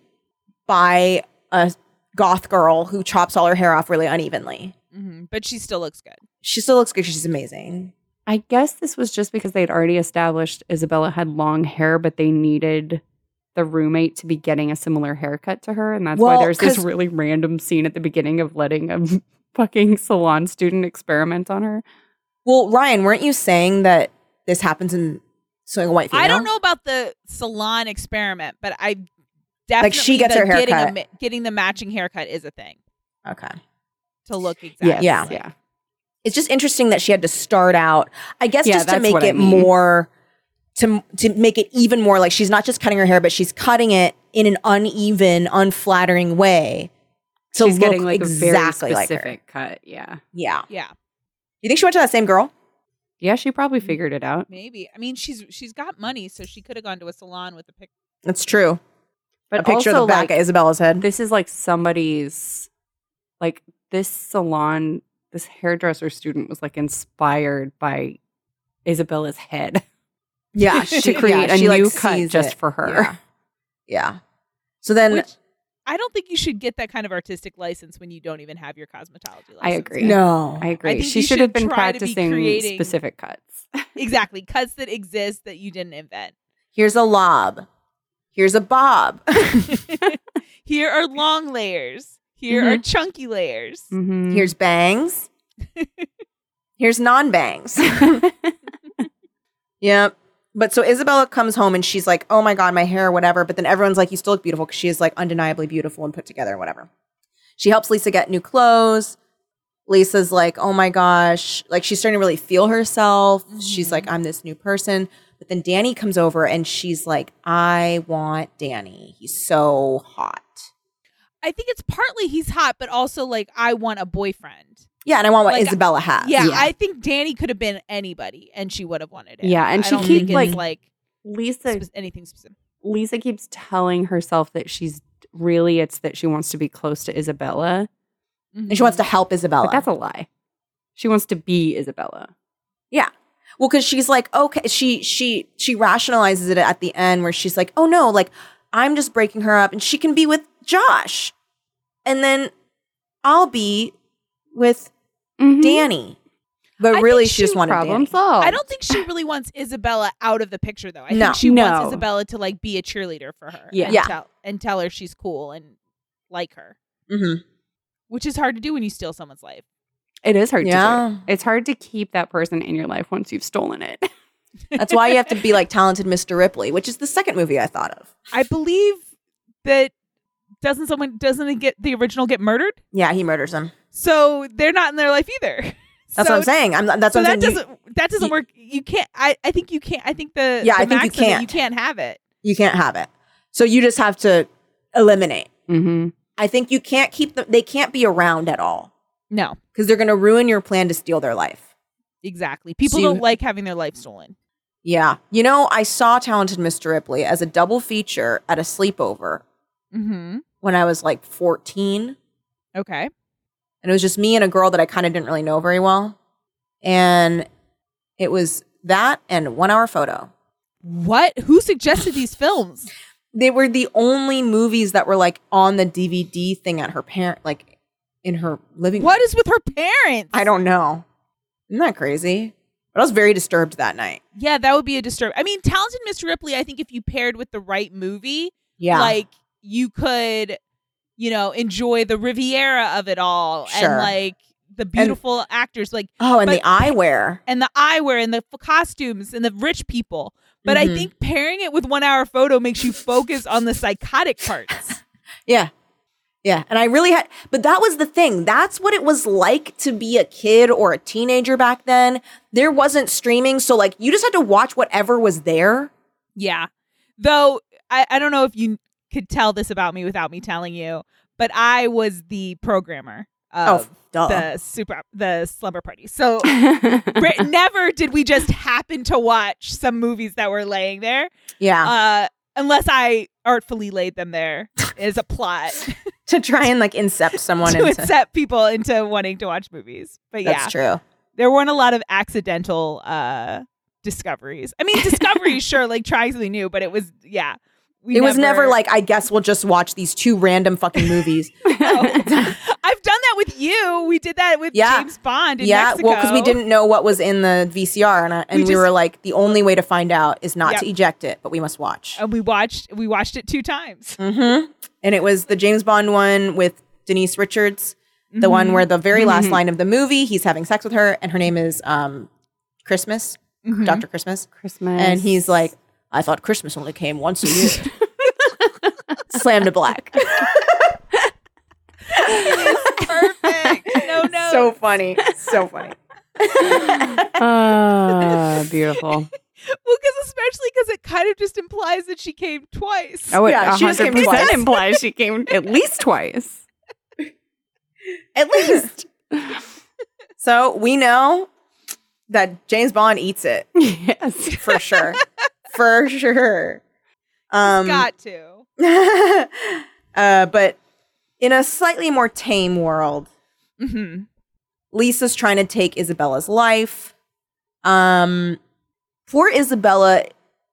S2: by a goth girl who chops all her hair off really unevenly.
S4: Mhm, But she still looks good.
S2: She still looks good. She's amazing.
S3: I guess this was just because they'd already established Isabella had long hair, but they needed the roommate to be getting a similar haircut to her. And that's
S2: Well,
S3: why there's this
S2: 'cause-
S3: really random scene at the beginning of letting a fucking salon student experiment on her.
S2: Well, Ryan, weren't you saying that this happens in Single White Female?
S4: I don't know about the salon experiment, but I definitely
S2: Like, she gets
S4: the
S2: her haircut.
S4: getting, a ma- getting the matching haircut is a thing
S2: Okay.
S4: to look exactly.
S2: Yeah.
S4: like.
S3: Yeah.
S2: it's just interesting that she had to start out i guess
S3: Yeah,
S2: just to
S3: that's
S2: make
S3: what I
S2: it
S3: mean.
S2: more to to make it even more like she's not just cutting her hair but she's cutting it in an uneven unflattering way to
S3: She's
S2: look
S3: getting like
S2: exactly
S3: a very
S2: like
S3: specific
S2: her
S3: cut. Yeah.
S2: yeah
S4: Yeah,
S2: you think she went to that same girl
S3: Yeah, she probably
S2: Mm.
S3: figured it out.
S4: maybe. I mean, she's she's got money, so she could have gone to a salon with a picture.
S2: that's true
S3: But
S2: a picture of
S3: also,
S2: the back
S3: like,
S2: of isabella's head
S3: this is like somebody's like this salon this hairdresser student was like inspired by isabella's head
S2: Yeah,
S3: to create
S2: yeah,
S3: a
S2: she,
S3: new
S2: like,
S3: cut
S2: sees
S3: just
S2: it.
S3: for her.
S2: Yeah. Yeah. So then,
S4: Which I don't think you should get that kind of artistic license when you don't even have your cosmetology license.
S3: I agree.
S2: no,
S3: I agree.
S4: I think
S3: she
S4: you
S3: should have
S4: should
S3: been
S4: try to be
S3: practicing
S4: creating-
S3: specific cuts.
S4: Exactly. Cuts that exist that you didn't invent.
S2: here's a lob, here's a bob.
S3: Mm-hmm.
S4: Here are long layers. Here are chunky layers.
S3: Mhm.
S2: Here's bangs. Here's non bangs. yep. But so Isabella comes home and she's like, oh my God, my hair, whatever. But then everyone's like, you still look beautiful because she is like undeniably beautiful and put together and whatever. She helps Lisa get new clothes. Lisa's like, oh my gosh. Like she's starting to really feel herself. She's like,
S4: Mm-hmm.
S2: I'm this new person. But then Danny comes over and she's like, I want Danny. He's so hot.
S4: I think it's partly he's hot, but also like I want a boyfriend.
S2: Yeah. And I want what
S4: Like,
S2: Isabella has.
S4: Yeah, I think Danny could have been anybody, and she would have wanted it.
S3: Yeah, and
S4: I
S3: she
S4: don't
S2: keep,
S4: think it's,
S3: like-
S4: like
S3: Lisa
S4: spe- anything specific.
S3: Lisa keeps telling herself that she's really it's that she wants to be close to Isabella,
S4: Mm-hmm.
S2: And she wants to help Isabella.
S3: but that's a lie. She wants to be Isabella.
S2: Well, because she's like, okay, she she she rationalizes it at the end where she's like, oh no, like I'm just breaking her up, and she can be with Josh, and then I'll be with
S3: Mm-hmm.
S2: Danny. But
S3: I
S2: really,
S3: think
S2: she, just wanted
S3: problem
S2: Danny.
S3: solved.
S4: I don't think she really wants Isabella out of the picture, though. I
S2: No.
S4: think she
S3: No.
S4: wants Isabella to like be a cheerleader for her.
S3: Yeah.
S4: and
S2: Yeah.
S4: Tell, and tell her she's cool and like her,
S2: Mhm.
S4: which is hard to do when you steal someone's life.
S3: It is hard.
S2: Yeah.
S3: to do. It's hard to keep that person in your life once you've stolen it.
S2: That's why you have to be like talented Mr. Ripley, which is the second movie I thought of.
S4: I believe that doesn't someone doesn't it get the original get murdered?
S2: Yeah, he murders him.
S4: So they're not in their life either.
S2: That's
S4: so,
S2: what I'm saying. I'm that's
S4: So
S2: what
S4: that
S2: I'm saying.
S4: doesn't that doesn't
S2: you-
S4: work. You can't. I, I think you can't. I think the
S2: Yeah,
S4: the
S2: I think you
S4: maxim that
S2: can't.
S4: You can't have it.
S2: You, you can't have it. So you just have to eliminate.
S3: Mm-hmm.
S2: I think you can't keep them. They can't be around at all
S4: No,
S2: because they're going to ruin your plan to steal their life.
S4: exactly.
S2: So
S4: People
S2: you-
S4: don't like having their life stolen.
S2: Yeah. You know, I saw Talented Mr. Ripley as a double feature at a sleepover
S4: Mm-hmm.
S2: when I was like 14.
S4: Okay.
S2: And it was just me and a girl that I kind of didn't really know very well. And it was that and one hour photo.
S4: What? Who suggested these films?
S2: They were the only movies that were like on the DVD thing at her parent, like in her living room.
S4: What is with her parents?
S2: I don't know. Isn't that crazy? But I was very disturbed that night.
S4: Yeah, that would be a disturb. I mean, Talented Mr. Ripley. I think if you paired with the right movie,
S2: Yeah.
S4: like you could, you know, enjoy the Riviera of it all
S2: Sure.
S4: and like the beautiful actors, like
S2: oh, and
S4: but-
S2: the eyewear.
S4: and the eyewear and the f- costumes and the rich people. But
S2: Mhm.
S4: I think pairing it with one hour photo makes you focus on the psychotic parts.
S2: Yeah. Yeah. And I really had, but that was the thing. That's what it was like to be a kid or a teenager back then. There wasn't streaming. So, like, you just had to watch whatever was there.
S4: yeah. Though I, I don't know if you could tell this about me without me telling you, but I was the programmer
S2: Oh,
S4: of
S2: duh.
S4: the super the slumber party. So Brit- never did we just happen to watch some movies that were laying there,
S2: yeah.
S4: uh, unless I artfully laid them there as a plot
S2: to try and, like, incept someone
S4: to
S2: into.
S4: accept people into wanting to watch movies. But yeah,
S2: That's true.
S4: there weren't a lot of accidental uh, discoveries. I mean, discoveries, sure, like trying something new, but it was yeah. We
S2: it was never like, I guess we'll just watch these two random fucking movies.
S4: I've done that with you. We did that with
S2: Yeah.
S4: James Bond in
S2: yeah.
S4: Mexico.
S2: Well, because we didn't know what was in the VCR. And, I, and
S4: We
S2: we,
S4: just-
S2: were like, the only way to find out is not
S4: Yep.
S2: to eject it, but we must watch.
S4: and we watched we watched it two times.
S2: Mm-hmm. And it was the James Bond one with Denise Richards, the one where the very last line of the movie, he's having sex with her, and her name is um, Christmas, Dr. Christmas.
S3: Christmas,
S2: And he's like, I thought Christmas only came once a year. Slam to black.
S4: Perfect. No, no.
S2: funny. So funny.
S3: Ah, beautiful.
S4: Well, because especially because it kind of just implies that she came twice.
S3: Oh, it
S2: Yeah, she just came
S3: 100%
S2: twice.
S3: implies she came at least twice.
S2: At least. so we know that James Bond eats it
S3: Yes.
S2: for sure. for sure. Um,
S4: Got to.
S2: uh, but in a slightly more tame world,
S4: Mhm.
S2: Lisa's trying to take Isabella's life. Um, poor Isabella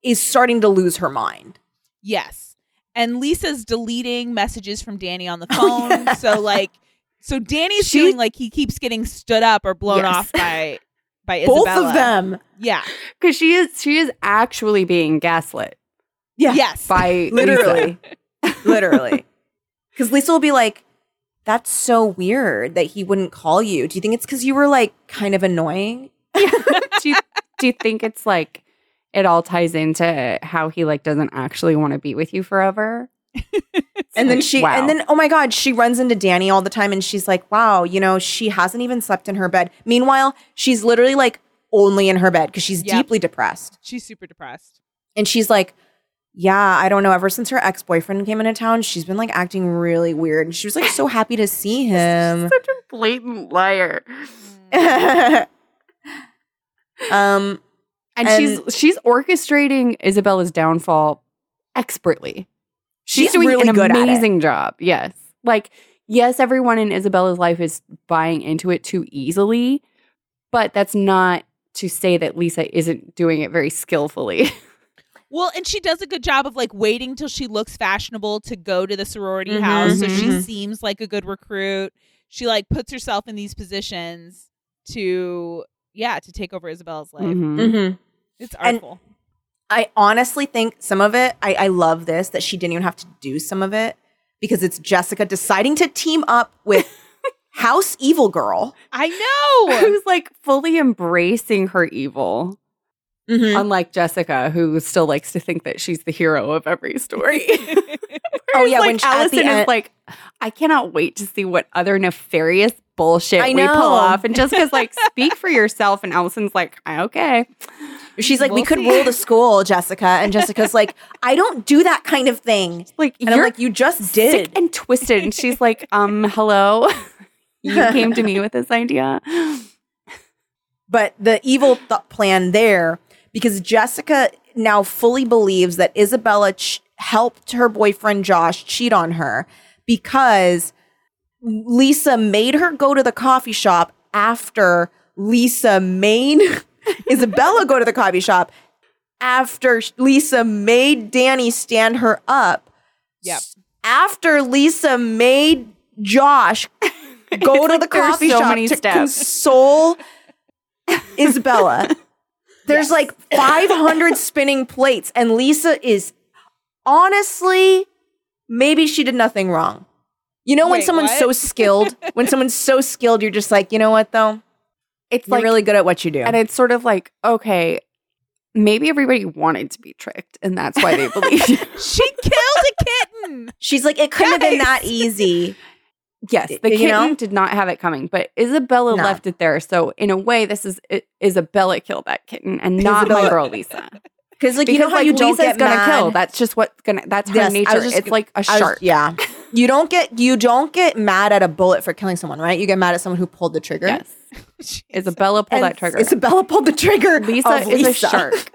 S2: is starting to lose her mind.
S4: Yes. And Lisa's deleting messages from Danny on the
S2: Oh,
S4: phone.
S2: yeah.
S4: So like so Danny's
S2: She-
S4: feeling like he keeps getting stood up or blown
S2: Yes.
S4: off by by
S2: Both
S4: Isabella.
S2: of them.
S4: Yeah.
S3: because she is she is actually being gaslit
S2: Yeah.
S4: Yes.
S3: by
S2: Literally.
S3: Lisa.
S2: Literally. Because Lisa will be like, that's so weird that he wouldn't call you. Do you think it's because you were like kind of annoying?
S3: do, you, do you think it's like it all ties into how he like doesn't actually want to be with you forever? It's
S2: And then
S3: like,
S2: she,
S3: wow.
S2: and then, oh my God, she runs into Danny all the time and she's like, wow, you know, she hasn't even slept in her bed. Meanwhile, she's literally like only in her bed because she's
S4: Yep.
S2: deeply depressed.
S4: She's super depressed.
S2: And she's like, yeah, I don't know. Ever since her ex boyfriend came into town, she's been like acting really weird. And she was like so happy to see him.
S3: such a blatant liar.
S2: um,
S3: And,
S2: And-
S3: she's she's orchestrating Isabella's downfall expertly.
S2: She's
S3: She's, doing
S2: really
S3: an
S2: good at it.
S3: amazing job. Yes. Like yes, everyone in Isabella's life is buying into it too easily, but that's not to say that Lisa isn't doing it very skillfully.
S4: Well, and she does a good job of like waiting till she looks fashionable to go to the sorority
S3: Mhm,
S4: house. So she
S2: mhm.
S4: seems like a good recruit. She like puts herself in these positions to yeah, to take over Isabella's life.
S3: Mm-hmm.
S2: mhm.
S4: It's
S2: And-
S4: artful.
S2: I honestly think some of it, I, I love this that she didn't even have to do some of it because it's Jessica deciding to team up with House Evil Girl.
S4: I know.
S3: Who's like fully embracing her evil,
S2: Mm-hmm.
S3: unlike Jessica, who still likes to think that she's the hero of every story.
S2: Oh, yeah, when
S3: Whereas, like
S2: she- at the
S3: Allison is
S2: end-
S3: like, I cannot wait to see what other nefarious bullshit
S2: I
S3: we pull
S2: know.
S3: off. And Jessica's like, speak for yourself. And Allison's like, okay.
S2: She's like, we
S4: We'll
S2: could
S4: see."
S2: rule the school, Jessica. And Jessica's like, I don't do that kind of thing.
S3: Like
S2: And I'm
S3: you're
S2: like, you just
S3: sick
S2: did.
S3: and twisted. And she's like, um, hello. you came to me with this idea.
S2: But the evil th- plan there, because Jessica now fully believes that Isabella ch- helped her boyfriend Josh cheat on her because Lisa made her go to the coffee shop after Lisa made Isabella go to the coffee shop after sh- Lisa made Danny stand her up.
S4: Yep.
S2: After Lisa made Josh go to the
S3: there are
S2: coffee
S3: so
S2: shop
S3: many
S2: to
S3: steps.
S2: console Isabella. There's like 500 spinning plates, and Lisa is honestly, maybe she did nothing wrong. You know, when
S4: Wait,
S2: someone's so
S4: what?
S2: skilled, when someone's so skilled, you're just like, you know what though,
S3: It's
S2: you're
S3: like
S2: really good at what you do.
S3: And it's sort of like, okay, maybe everybody wanted to be tricked and that's why they believe you.
S4: She killed a kitten.
S2: She's like, it couldn't have been that easy.
S3: Yes, the
S2: You
S3: kitten
S2: know?
S3: did not have it coming, but Isabella
S2: No.
S3: left it there. So in a way, this is I- Isabella killed that kitten and not my
S2: Isabella-
S3: girl Lisa.
S2: Because like, you know
S3: Because,
S2: how you don't
S3: Lisa's
S2: get
S3: gonna
S2: mad.
S3: kill. That's just what's gonna. That's
S2: Yes, I was
S3: her nature.
S2: just-
S3: it's like a
S2: I was-
S3: shark.
S2: yeah. You don't get you don't get mad at a bullet for killing someone, right? You get mad at someone who pulled the trigger.
S3: Yes. Isabella pulled
S2: And
S3: that trigger.
S2: Isabella pulled the trigger.
S3: Lisa
S2: of
S3: is
S2: Lisa.
S3: a shark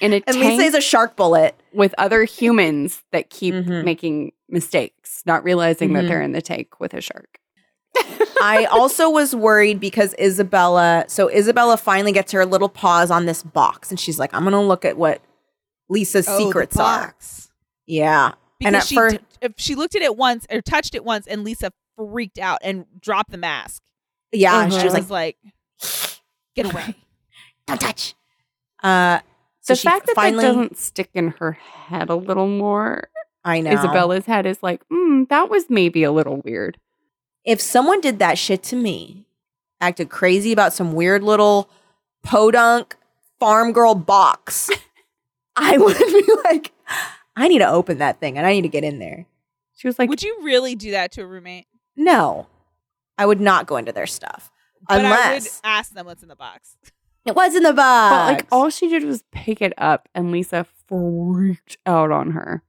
S3: in a
S2: And
S3: tank
S2: Lisa is a shark bullet.
S3: with other humans that keep
S2: Mhm.
S3: making mistakes, not realizing that
S2: Mhm.
S3: they're in the tank with a shark.
S2: I also was worried because Isabella, so Isabella finally gets her little paws on this box and she's like, I'm going to look at what Lisa's
S4: Oh, the
S2: secrets are.
S4: box.
S2: Yeah.
S4: Because
S2: And at
S4: she
S2: fir-
S4: d- if she looked at it once or touched it once, and Lisa freaked out and dropped the mask.
S2: Yeah. and
S4: And she
S2: She
S3: Uh-huh.
S2: was like,
S4: was like, "Get away!"
S2: don't touch. Uh, so
S3: The
S2: she
S3: fact that
S2: finally,
S3: that doesn't stick in her head a little more,
S2: I know.
S3: Isabella's head is like, mm, that was maybe a little weird.
S2: If someone did that shit to me, acted crazy about some weird little podunk farm girl box, I would be like, I need to open that thing and I need to get in there.
S3: She was like,
S4: Would you really do that to a roommate?
S2: No, I would not go into their stuff
S4: But I would
S2: unless
S4: ask them what's in the box.
S2: it was in the box.
S3: But like all she did was pick it up, and Lisa freaked out on her.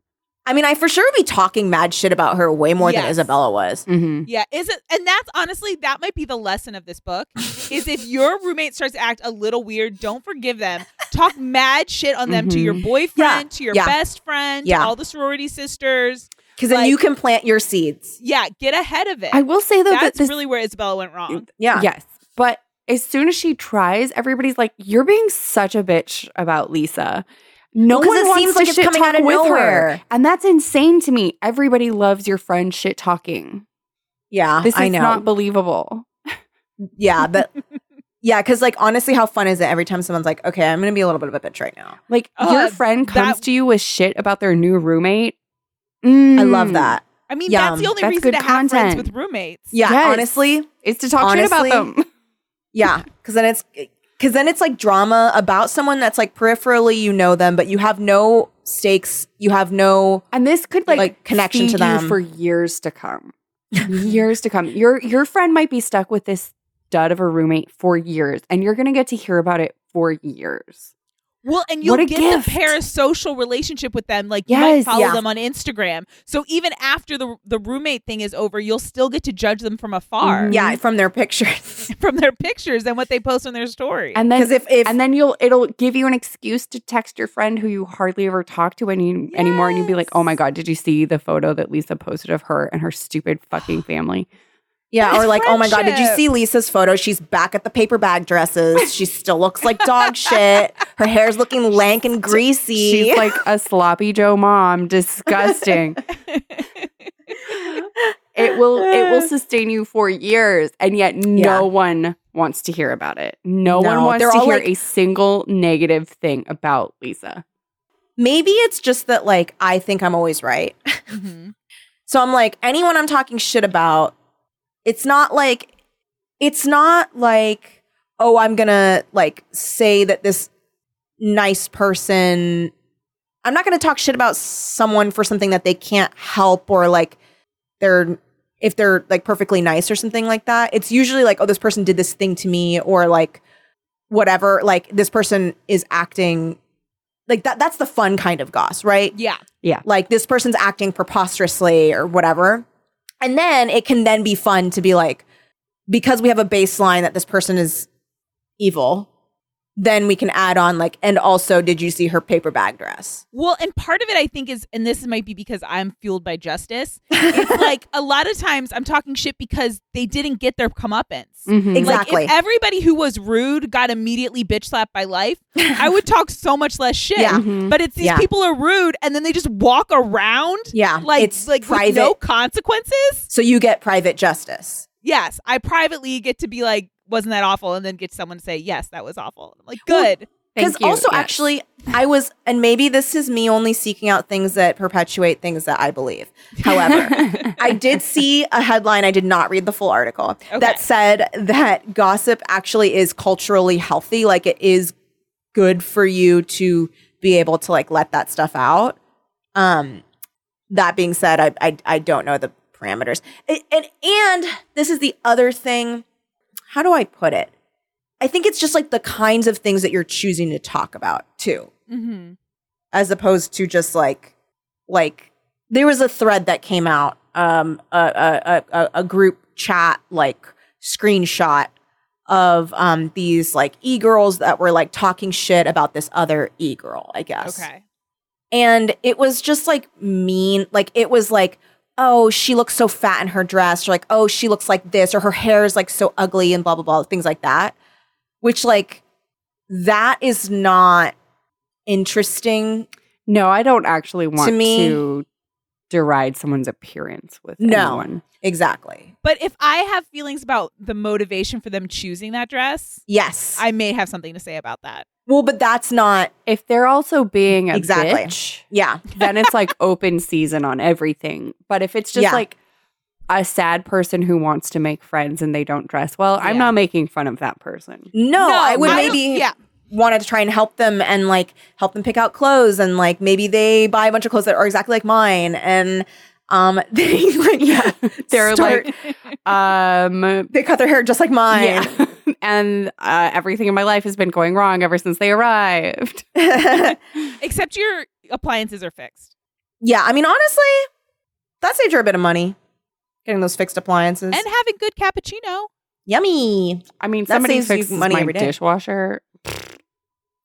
S2: I mean, I for sure would be talking mad shit about her way more than
S4: Yes.
S2: Isabella was.
S3: Mm-hmm.
S4: Yeah, is it? And that's honestly that might be the lesson of this book is if your roommate starts to act a little weird, don't forgive them. Talk mad shit on them to your boyfriend, to your
S2: Mm-hmm. yeah.
S4: best friend, to
S2: Yeah.
S4: all the sorority sisters.
S2: Because then
S4: Like-
S2: you can plant your seeds.
S4: Yeah, get ahead of it.
S3: I will say though that
S4: that's
S3: this, Mm,
S4: really where Isabella went wrong.
S2: Yeah.
S3: yes, but as soon as she tries, everybody's like, "You're being such a bitch about Lisa," No
S2: Well, 'cause
S3: one
S2: it
S3: wants
S2: seems
S3: to
S2: like it's
S3: shit
S2: coming
S3: talk
S2: out of
S3: with her,
S2: nowhere.
S3: and that's insane to me. Everybody loves your friend shit talking.
S2: Yeah,
S3: This is
S2: Uh, I know.
S3: not believable.
S2: yeah, but yeah, because like honestly, how fun is it every time someone's like, okay, I'm gonna be a little bit of a bitch right now.
S3: Like
S4: Uh,
S3: your friend
S4: that-
S3: comes to you with shit about their new roommate.
S2: I love
S3: Mm.
S2: that.
S4: I mean, that's
S2: Yum.
S4: the only
S3: That's
S4: reason
S3: good
S4: to have friends
S3: content.
S4: with roommates.
S2: Yeah,
S3: Yes.
S2: honestly,
S3: Is to talk shit about
S2: Honestly,
S3: them.
S2: yeah, because then it's because then it's like drama about someone that's like peripherally you know them, but you have no stakes, you have no
S3: And this could like,
S2: Like, connection to
S3: feed you
S2: them.
S3: for years to come. years to come. Your your friend might be stuck with this dud of a roommate for years, and you're gonna get to hear about it for years.
S4: Well, and you'll
S3: What a
S4: get the
S3: gift.
S4: parasocial relationship with them. Like you might
S3: Yes.
S4: follow
S2: Yeah.
S4: them on Instagram. So even after the the roommate thing is over, you'll still get to judge them from
S3: Mm-hmm.
S4: afar.
S2: yeah from their pictures.
S4: From their pictures and what they post on their story.
S3: And then
S2: Because if if
S3: and then you'll it'll give you an excuse to text your friend who you hardly ever talk to any anymore, and you'll be like, "Oh my god, did you see the photo that Lisa posted of her and her stupid fucking family?"
S2: yeah,
S4: That
S2: or
S4: is
S2: like, oh my god, did you
S4: friendship.
S2: see Lisa's photo? She's back at the paper bag dresses. She still looks like dog shit. Her hair's looking lank and greasy.
S3: She's like a sloppy Joe mom. Disgusting. it will it will sustain you for years, and yet no
S2: Yeah.
S3: one wants to hear about it. No, one
S2: No,
S3: wants
S2: they're
S3: to
S2: all
S3: hear
S2: like-
S3: a single negative thing about Lisa.
S2: maybe it's just that like I think I'm always right.
S4: Mhm.
S2: So I'm like, anyone I'm talking shit about, it's not like, it's not like, oh, I'm gonna like say that this nice person, I'm not gonna talk shit about someone for something that they can't help or like they're, if they're like perfectly nice or something like that. It's usually like, oh, this person did this thing to me or like whatever, like this person is acting like that. That's the fun kind of goss, right?
S4: Yeah.
S2: like this person's acting preposterously or whatever. And then it can then be fun to be like, because we have a baseline that this person is evil, then we can add on like, and also, did you see her paper bag dress?
S4: Well, and part of it I think is, and this might be because I'm fueled by justice. It's like a lot of times I'm talking shit because they didn't get their comeuppance.
S3: Mhm.
S2: Exactly.
S4: Like if everybody who was rude got immediately bitch slapped by life, I would talk so much less shit.
S2: Yeah.
S3: Mhm.
S4: But it's these
S2: Yeah.
S4: people are rude and then they just walk around
S2: Yeah,
S4: like
S2: it's
S4: like
S2: private,
S4: with no consequences.
S2: so you get private justice.
S4: Yes, I privately get to be like, wasn't that awful? And then get someone to say, yes, that was awful. I'm like,
S2: Well,
S4: good.
S3: Thank you.
S2: also,
S3: Yes.
S2: actually, I was, and maybe this is me only seeking out things that perpetuate things that I believe. However, I did see a headline, I did not read the full article,
S4: Okay.
S2: that said that gossip actually is culturally healthy. Like it is good for you to be able to like let that stuff out. Um, that being said, I, I, I don't know the parameters. And, and, and this is the other thing. How do I put it? I think it's just like the kinds of things that you're choosing to talk about too
S4: Mm-hmm.
S2: as opposed to just like like there was a thread that came out um a a a, a- a group chat like screenshot of um these like e-girls that were like talking shit about this other e-girl i guess
S4: Okay.
S2: and it was just like mean like it was like oh she looks so fat in her dress or like oh she looks like this or her hair is like so ugly and blah blah blah things like that which like that is not interesting
S3: no, I don't actually want to,
S2: me-
S3: deride someone's appearance with
S2: No.
S3: anyone.
S2: Exactly.
S4: But if I have feelings about the motivation for them choosing that dress,
S2: Yes.
S4: I may have something to say about that.
S2: well, but that's not
S3: If they're also being a
S2: Exactly.
S3: bitch,
S2: yeah.
S3: then it's like open season on everything. But if it's just
S2: Yeah.
S3: like a sad person who wants to make friends and they don't dress well, I'm
S4: Yeah.
S3: not making fun of that person.
S2: No, I would
S4: I don't-
S2: maybe
S4: yeah.
S2: wanted to try and help them and like help them pick out clothes and like maybe they buy a bunch of clothes that are exactly like mine and um they like yeah
S3: They're
S2: start-
S3: like, um,
S2: they cut their hair just like mine.
S3: yeah. and uh, everything in my life has been going wrong ever since they arrived.
S4: Except your appliances are fixed.
S2: Yeah, I mean honestly, that saved her a bit of money getting those fixed appliances.
S4: And having good cappuccino.
S2: Yummy.
S3: I mean,
S2: That
S3: somebody
S2: saves you
S3: fixes
S2: money
S3: my
S2: every day.
S3: dishwasher.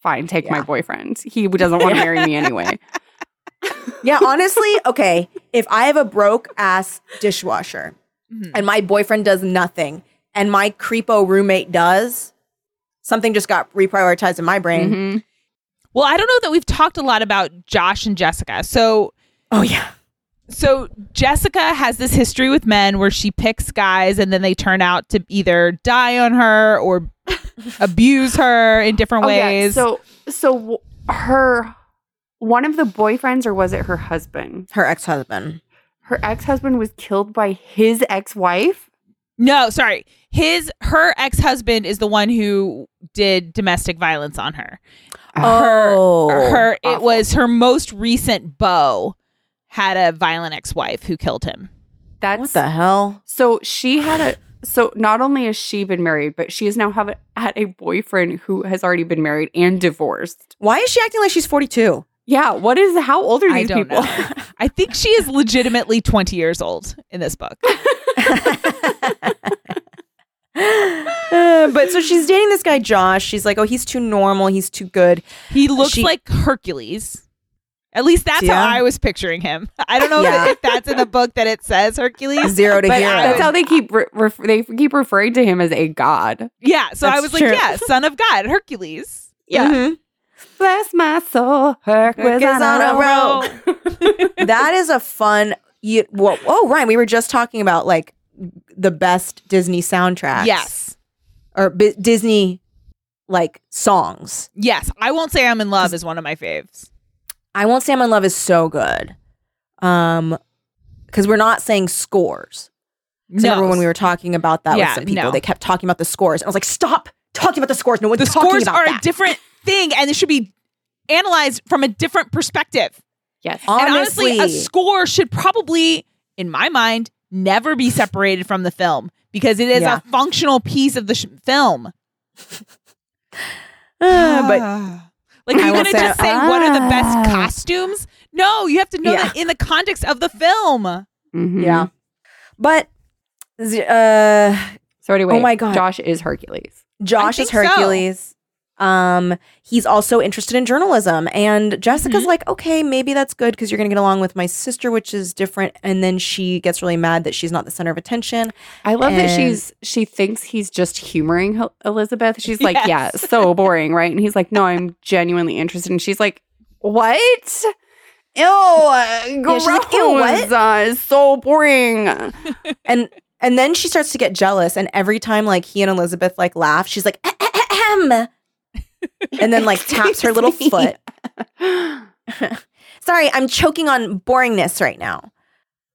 S3: Fine, take my
S2: Yeah.
S3: boyfriend. He doesn't want to marry me anyway.
S2: Yeah, honestly, okay, if I have a broke ass dishwasher
S4: Mhm.
S2: and my boyfriend does nothing and my Mm-hmm. creepo roommate does, something just got reprioritized in my brain.
S3: Mhm.
S4: Well, I don't know that we've talked a lot about Josh and Jessica. So
S2: Oh yeah.
S4: so Jessica has this history with men where she picks guys and then they turn out to either die on her or abuse her in different
S3: Oh, yeah.
S4: ways.
S3: So so w- her one of the boyfriends or was it her husband?
S2: Her ex-husband.
S3: Her ex-husband was killed by his ex-wife.
S4: no, sorry. His her ex-husband is the one who did domestic violence on her.
S2: oh.
S4: her it
S3: awful.
S4: was her most recent beau had a violent ex-wife who killed him.
S3: That's
S2: what the hell?
S3: So she had a so not only has she been married, but she has now have had a boyfriend who has already been married and divorced.
S2: Why is she acting like she's 42?
S3: Yeah, what is how old are
S4: I
S3: these
S4: don't
S3: people?
S4: know. I think she is legitimately 20 years old in this book.
S2: Uh, but so she's dating this guy Josh. She's like, "Oh, he's too normal. He's too good."
S4: He looks
S2: She-
S4: like Hercules. At least that's
S2: Yeah.
S4: how I was picturing him. I don't know
S2: Yeah.
S4: if, if that's in the book that it says Hercules.
S2: Zero to
S4: But
S2: hero.
S4: I
S3: That's
S4: would-
S3: how they keep re- ref- they keep referring to him as a god.
S4: Yeah. So I
S2: That's
S4: was
S2: true.
S4: like, yeah, son of God, Hercules.
S3: Yeah.
S2: Mhm.
S3: Bless my soul, Herc was
S2: Herc is on a roll.
S4: Oh,
S2: that is a fun. You, whoa, oh, Ryan, we were just talking about like the best Disney soundtracks.
S4: yes.
S2: or bi- Disney like songs.
S4: Yes. I won't say I'm in love is one of my faves.
S2: I won't say I'm in love is so good. Um, because we're not saying scores. 'Cause I remember when we were talking about that
S4: Yeah,
S2: with some people,
S4: no.
S2: they kept talking about the scores, and I was like, "Stop talking about the scores! No one's
S4: the
S2: talking
S4: scores
S2: about
S4: are
S2: that."
S4: a different thing and it should be analyzed from a different perspective.
S3: Yes.
S2: honestly,
S4: And honestly, a score should probably, in my mind, never be separated from the film because it is
S2: Yeah.
S4: a functional piece of the sh- film.
S2: Uh, but
S4: like, are
S2: I will
S4: you going to
S2: say-
S4: just say what are the best
S3: Ah.
S4: costumes? No, you have to know
S2: Yeah.
S4: that in the context of the film.
S3: Mhm.
S2: yeah, but z- uh,
S3: So anyway,
S2: Oh my God.
S3: Josh is Hercules.
S2: Josh is
S4: think so.
S2: Hercules. Um, he's also interested in journalism, and Jessica's
S4: Mhm.
S2: like, "Okay, maybe that's good because you're gonna get along with my sister, which is different." And then she gets really mad that she's not the center of attention.
S3: I love that
S2: And-
S3: she's she thinks he's just humoring Hel- Elizabeth. She's like,
S4: Yes.
S3: yeah, so boring, right? And he's like, no, I'm genuinely interested. And she's like, what? Ew, gross.
S2: she's like, "Ew, what?"
S3: Uh, it's so boring.
S2: and and then she starts to get jealous and every time like he and elizabeth like laugh she's like "Ah, ah, ah, ahem." and then like taps her little
S3: Excuse me.
S2: foot sorry i'm choking on boringness right now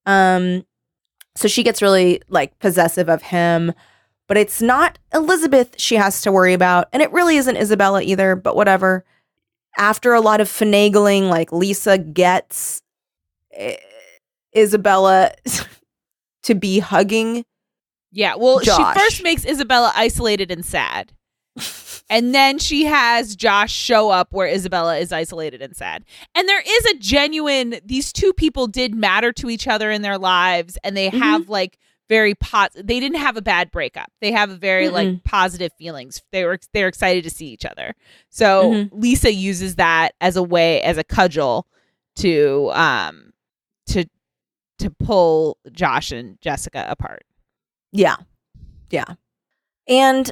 S2: um so she gets really like possessive of him but it's not elizabeth she has to worry about and it really isn't isabella either but whatever after a lot of finagling like lisa gets eh, isabella to be hugging
S4: Yeah. Well,
S2: Josh.
S4: she first makes Isabella isolated and sad. and then she has Josh show up where Isabella is isolated and sad. And there is a genuine, these two people did matter to each other in their lives and they
S3: Mhm.
S4: have like very pot they didn't have a bad breakup. They have a very like positive feelings. They were they're excited to see each other. So
S2: Mhm.
S4: Lisa uses that as a way as a cudgel to um to to pull Josh and Jessica apart.
S2: Yeah. Yeah. And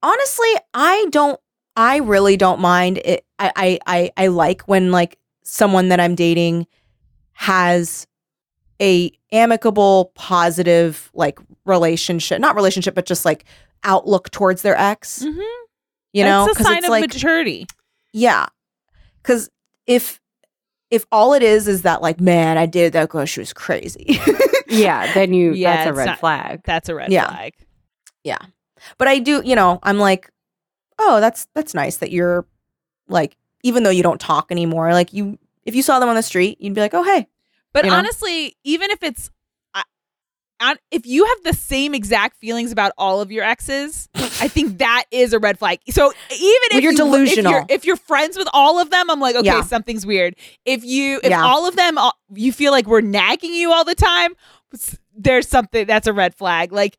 S2: honestly, I don't I really don't mind it. I I I, I like when like someone that I'm dating has a amicable, positive like relationship, not relationship, but just like outlook towards their ex,
S4: Mhm.
S2: you know?
S4: it's a sign
S2: it's
S4: of
S2: like
S4: maturity.
S2: yeah. Cause if if all it is is that like, man, I dated that girl, she was crazy.
S3: yeah, then you.
S4: Yeah,
S3: that's a
S4: it's
S3: red
S4: not-
S3: flag.
S4: That's a red
S2: Yeah.
S4: flag.
S2: but I do, you know, I'm like, oh, that's that's nice that you're like, even though you don't talk anymore, like you, if you saw them on the street, you'd be like, oh, hey,
S4: But
S2: You know?
S4: honestly, even if it's, I, I, if you have the same exact feelings about all of your exes, I think that is a red flag. So even if
S2: Well, you're
S4: you- if
S2: delusional.
S4: if you're, friends with all of them, I'm like, okay,
S2: Yeah.
S4: something's weird. If you, if
S2: Yeah.
S4: all of them, all- you feel like we're nagging you all the time, s- there's something that's a red flag. Like.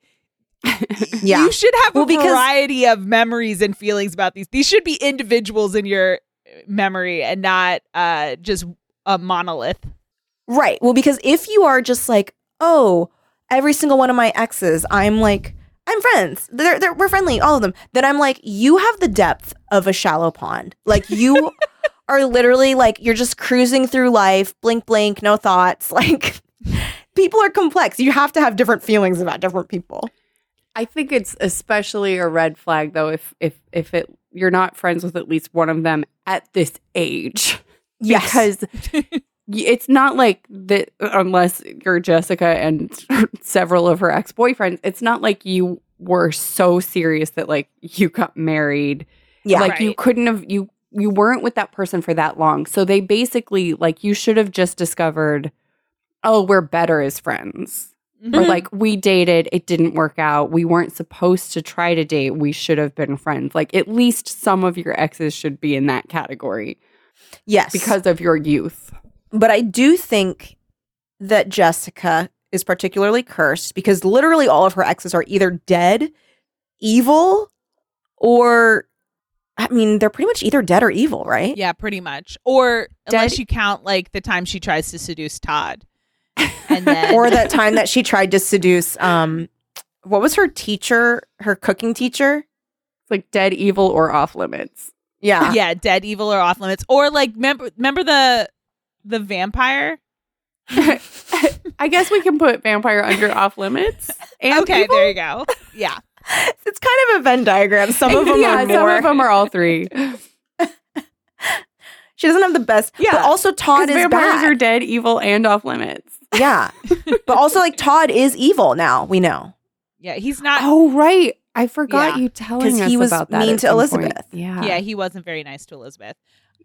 S2: Yeah.
S4: You should have
S2: Well,
S4: a
S2: because-
S4: variety of memories and feelings about these. These should be individuals in your memory and not uh, just a monolith.
S2: right. Well, because if you are just like, oh, every single one of my exes, I'm like, I'm friends. They're, they're we're friendly, all of them. Then I'm like, you have the depth of a shallow pond. Like you are literally like you're just cruising through life, blink, blink, no thoughts. Like people are complex. You have to have different feelings about different people.
S3: I think it's especially a red flag though if if if it you're not friends with at least one of them at this age
S2: Yes.
S3: because y- it's not like that unless you're Jessica and several of her ex-boyfriends it's not like you were so serious that like you got married
S2: yeah.
S3: like you
S4: Right.
S3: couldn't have you you weren't with that person for that long so they basically like you should have just discovered oh we're better as friends or
S4: Mhm.
S3: like we dated it didn't work out we weren't supposed to try to date we should have been friends like at least some of your exes should be in that category
S2: yes.
S3: because of your youth
S2: but I do think that Jessica is particularly cursed because literally all of her exes are either dead, evil, or I mean, they're pretty much either dead or evil, right?
S4: Yeah, pretty much. Or unless
S3: Dead-
S4: you count like the time she tries to seduce Todd, and then
S2: Or that time that she tried to seduce um what was her teacher, her cooking teacher?
S3: it's like dead evil or off limits Ah.
S2: Yeah.
S4: yeah, dead evil or off limits. Or like remember remember the the vampire.
S3: i guess we can put vampire under off limits and
S4: okay,
S3: evil?
S4: there you go. Yeah,
S2: It's kind of a Venn diagram. Some of them
S3: yeah
S2: are
S3: some
S2: more.
S3: of them are all three
S2: She doesn't have the best.
S3: Yeah.
S2: But also Todd
S3: Because
S2: is
S3: vampires
S2: bad.
S3: are dead, evil, and off limits.
S2: yeah. But also like Todd is evil now, we know.
S4: yeah. He's not.
S3: Oh right, I forgot
S4: Yeah.
S3: you telling
S2: 'Cause
S3: us
S2: he was
S3: about that.
S2: mean
S3: at
S2: to
S3: some
S2: Elizabeth.
S3: point. Oh, Yeah,
S4: Yeah, he wasn't very nice to Elizabeth.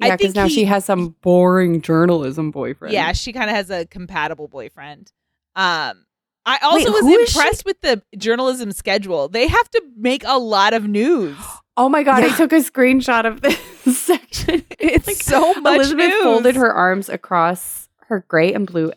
S4: I
S3: yeah. Because
S4: think
S3: now
S4: he-
S3: she has some boring journalism boyfriend.
S4: Yeah, she kind of has a compatible boyfriend. Um, I also
S2: Wait, who
S4: was
S2: is she?
S4: impressed with the journalism schedule. They have to make a lot of news.
S3: Oh my god,
S2: Yeah.
S3: I took a screenshot of this section. It's like
S4: so much
S3: Elizabeth
S4: news.
S3: folded her arms across her gray and blue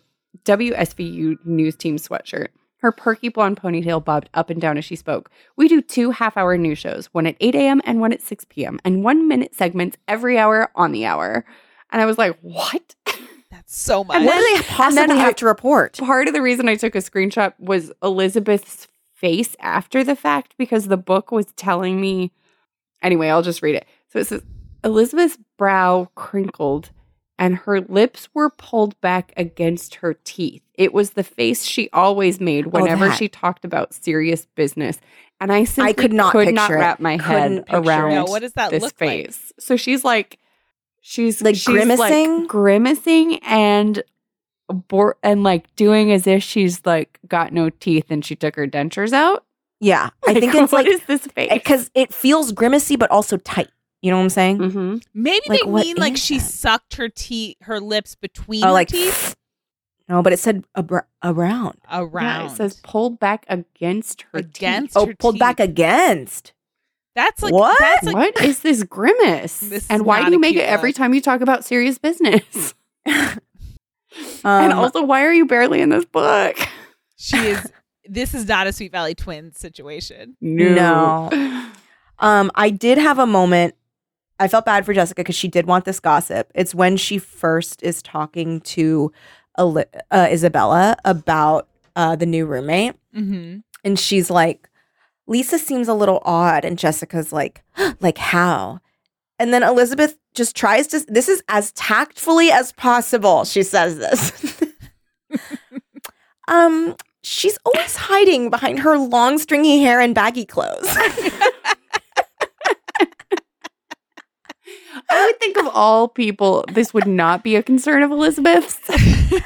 S3: WSVU news team sweatshirt. Her perky blonde ponytail bobbed up and down as she spoke. We do two half hour news shows, one at 8 a.m. and one at 6 p.m., and one minute segments every hour on the hour. And I was like, what?
S4: That's so much.
S3: And
S2: What
S3: then-
S2: do they
S3: and
S2: possibly
S3: then I-
S2: have to report?
S3: Part of the reason I took a screenshot was Elizabeth's face after the fact because the book was telling me. Anyway, I'll just read it. So it says Elizabeth's brow crinkled and her lips were pulled back against her teeth. It was the face she always made whenever
S2: Oh, that.
S3: she talked about serious business. And I simply
S2: could not picture it.
S3: wrap my head
S2: Couldn't picture
S3: around
S4: no, what does that
S3: this
S4: look like?
S3: face. So she's like, she's
S2: Like
S3: she's
S2: grimacing?
S3: grimacing, and bor- and like doing as if she's like got no teeth and she took her dentures out.
S2: Yeah, I think it's
S3: what
S2: like
S3: is this face?
S2: because it feels grimacy but also tight. You know what I'm saying? Uh,
S3: hmm
S4: Maybe
S2: Like,
S4: they
S2: what
S4: mean like
S2: is
S4: she
S2: that?
S4: sucked her teeth, her lips between
S2: Oh,
S4: her
S2: like
S4: teeth
S2: no, but it said abr- around.
S4: around.
S3: Yeah, it says pulled back against her
S4: Against?
S3: teeth.
S2: Oh,
S4: her
S2: pulled back
S4: teeth.
S2: against.
S4: that's like
S2: What?
S4: That's like
S3: what is this grimace?
S4: This
S3: and
S4: is
S3: why
S4: not
S3: do you
S4: a
S3: make it
S4: cute
S3: every
S4: look.
S3: time you talk about serious business?
S2: Um,
S3: and
S4: Um,
S3: also, why are you barely in this book?
S4: she is. This is not a Sweet Valley Twins situation.
S2: No. um, I did have a moment. I felt bad for Jessica because she did want this gossip. It's when she first is talking to Ali- uh, Isabella about uh, the new roommate.
S4: Mm-hmm.
S2: and she's like lisa seems a little odd and jessica's like like how and then elizabeth just tries to this is as tactfully as possible she says this um she's always hiding behind her long stringy hair and baggy clothes
S3: I would think of all people, this would not be a concern of Elizabeth's. this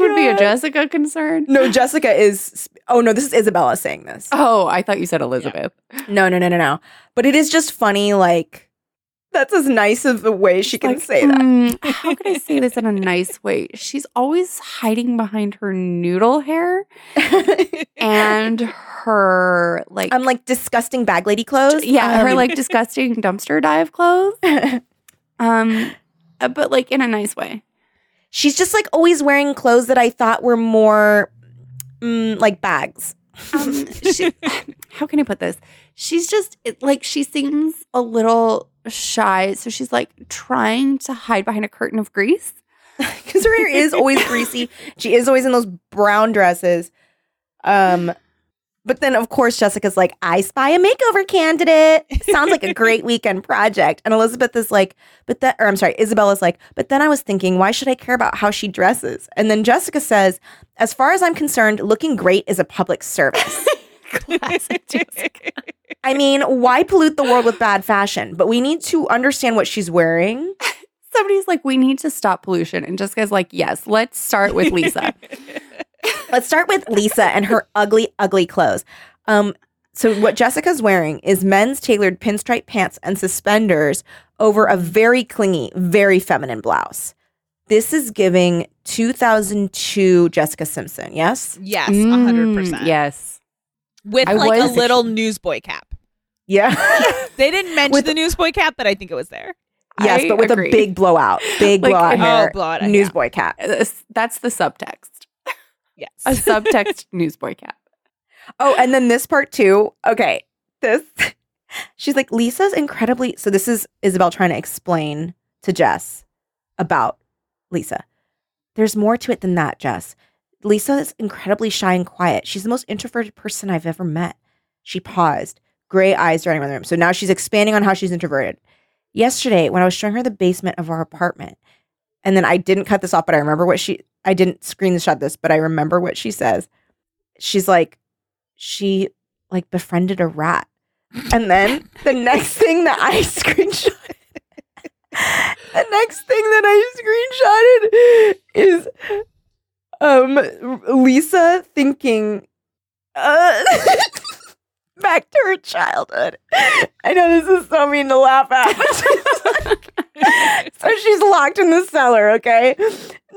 S3: would be a Jessica concern.
S2: Oh no jessica is oh no this is isabella saying this
S3: Oh, I thought you said Elizabeth.
S2: no no no no no but it is just funny like that's as nice of a way she can
S3: Like,
S2: say that
S3: "Hmm, how could I say this in a nice way? She's always hiding behind her noodle hair and her like
S2: I'm like disgusting bag lady clothes.
S3: yeah, her
S2: Um,
S3: like disgusting dumpster dive clothes. Um uh, but like in a nice way.
S2: she's just like always wearing clothes that I thought were more mm, like bags.
S3: Um, she, how can I put this? She's just it, like she seems a little shy, so she's like trying to hide behind a curtain of grease.
S2: Because her hair is always greasy. She is always in those brown dresses. Um, But then, of course, Jessica's like, I spy a makeover candidate. Sounds like a great weekend project. And Elizabeth is like, but that, or I'm sorry, Isabella's like, but then I was thinking, why should I care about how she dresses? And then Jessica says, as far as I'm concerned, looking great is a public service.
S5: Classic Jessica.
S2: I mean, why pollute the world with bad fashion? But we need to understand what she's wearing.
S3: Somebody's like, we need to stop pollution. And Jessica's like, yes, let's start with Lisa.
S2: Let's start with Lisa and her ugly, ugly clothes. Um, so what Jessica's wearing is men's tailored pinstripe pants and suspenders over a very clingy, very feminine blouse. This is giving 2002 Jessica Simpson. Yes.
S4: Yes, a
S3: Mm,
S4: 100%.
S3: Yes.
S4: With
S3: I
S4: like a
S3: was-
S4: little newsboy cap.
S2: Yeah.
S4: They didn't mention
S2: With-
S4: the newsboy cap, but I think it was there.
S2: yes,
S3: I
S2: but with
S3: agree.
S2: a big blowout, big
S3: Like,
S2: blowout
S3: oh,
S2: hair,
S4: blowout, yeah.
S2: newsboy cap.
S3: This- That's the subtext.
S4: Yes.
S3: A subtext newsboy cap.
S2: Oh, and then this part too. Okay. This she's like, Lisa's incredibly so this is Isabel trying to explain to Jess about Lisa. There's more to it than that, Jess. Lisa is incredibly shy and quiet. She's the most introverted person I've ever met. She paused, gray eyes darting around the room. So now she's expanding on how she's introverted. Yesterday, when I was showing her the basement of our apartment, and then I didn't cut this off, but I remember what she I didn't screenshot this, but I remember what she says. She's like, she like befriended a rat. And then the next thing that I screenshot the next thing that I screenshotted is um Lisa thinking uh back to her childhood. I know this is so mean to laugh at. but she's like- so she's locked in the cellar, okay?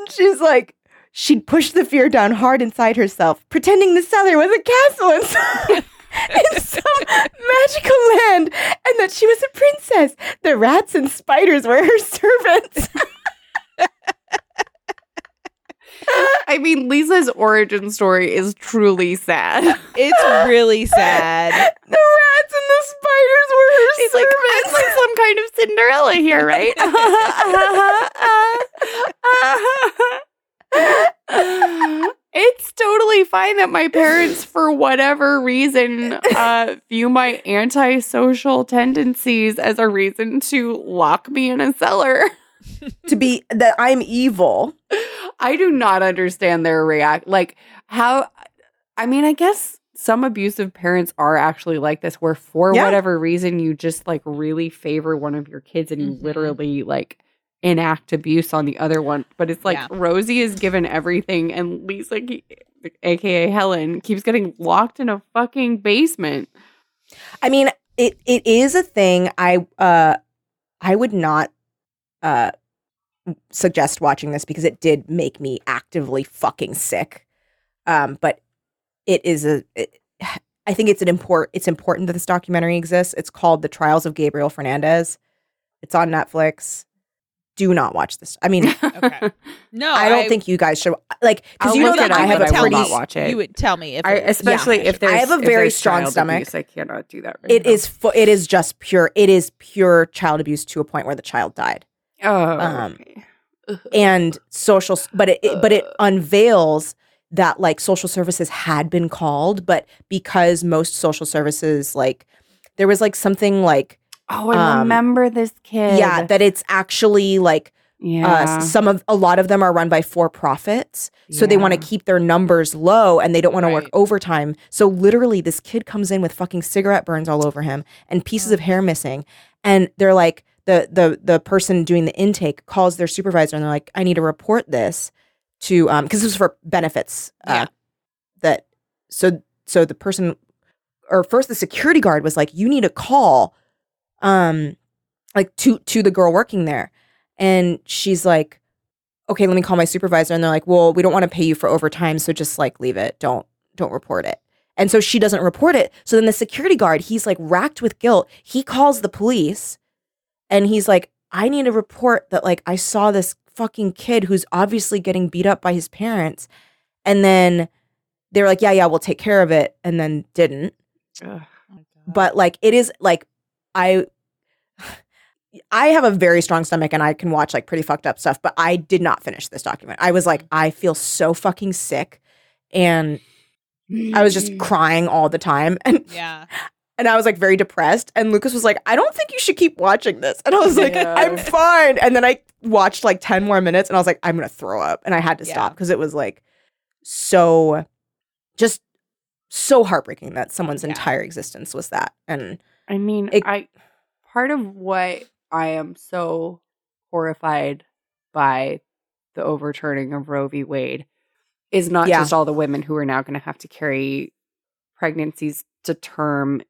S2: She's like She'd pushed the fear down hard inside herself, pretending the cellar was a castle in some, in some magical land and that she was a princess. The rats and spiders were her servants.
S3: I mean, Lisa's origin story is truly sad.
S4: It's really sad.
S2: The rats and the spiders were her
S3: She's like,
S2: servants.
S3: I'm like some kind of Cinderella here, right? it's totally fine that my parents, for whatever reason, uh, view my antisocial tendencies as a reason to lock me in a cellar.
S2: to be that I'm evil.
S3: I do not understand their react. Like how, I mean, I guess some abusive parents are actually like this, where for
S2: Yeah.
S3: whatever reason you just like really favor one of your kids and you
S2: Mm-hmm.
S4: Mhm.
S3: literally like enact abuse on the other one. But it's like
S4: Yeah.
S3: Rosie is given everything, and Lisa, ke- aka Helen, keeps getting locked in a fucking basement.
S2: I mean, it it is a thing. I uh, I would not uh suggest watching this because it did make me actively fucking sick. Um, but it is a. it- I think it's an import. It's important that this documentary exists. It's called The Trials of Gabriel Fernandez. It's on Netflix. Do not watch this. I mean,
S4: Okay. No,
S2: I don't think you guys should like because
S3: I'll
S2: you know
S3: look
S2: that
S3: it up,
S2: I have
S3: but
S2: a
S3: I will
S2: pretty.
S3: not watch it.
S4: You would tell me if
S3: I,
S4: it was-
S3: especially
S4: Yeah.
S3: if there's
S2: I have a
S3: if
S2: very
S3: there's
S2: strong
S3: child
S2: stomach.
S3: abuse, I cannot do that. Right
S2: It
S3: now.
S2: is. Fu- it is just pure. It is pure child abuse to a point where the child died.
S3: Oh,
S2: um,
S3: okay.
S2: and social but it, it- but it unveils that like social services had been called but because most social services like there was like something like
S3: Oh, I
S2: um,
S3: remember this kid.
S2: yeah that it's actually like uh, some of a lot of them are run by for profits so they want to
S3: Yeah.
S2: keep their numbers low and they don't want to
S4: Mm-hmm. Right.
S2: work overtime so literally this kid comes in with fucking cigarette burns all over him and pieces
S4: Mm-hmm.
S2: of hair missing and they're like the the the person doing the intake calls their supervisor and they're like i need to report this to um because this was for benefits
S4: Yeah.
S2: uh, that so so the person or first the security guard was like you need to call um like to to the girl working there and she's like okay let me call my supervisor and they're like well we don't want to pay you for overtime so just like leave it don't don't report it and so she doesn't report it so then the security guard he's like racked with guilt he calls the police and he's like i need to report that like i saw this fucking kid who's obviously getting beat up by his parents and then they were like yeah yeah we'll take care of it and then didn't
S4: Oh
S2: but like it is like i i have a very strong stomach and i can watch like pretty fucked up stuff but
S4: Mm.
S2: i did not finish this document i was like i feel so fucking sick and I was
S3: Mm-hmm.
S2: just crying all the time. And
S4: Mm. Yeah.
S2: and I was like very depressed. And Lucas was like, I don't think you should keep watching this. And I was like,
S5: Yeah.
S2: I'm fine. And then I watched like 10 more minutes and I was like, I'm going to throw up. And I had to
S4: Yeah.
S2: stop because it was like so just so heartbreaking that someone's
S4: Yeah.
S2: entire existence was that. And
S3: I mean,
S2: It-
S3: I part of what I am so horrified by the overturning of Roe v. Wade is not
S2: Yeah.
S3: just all the women who are now going to have to carry pregnancies to term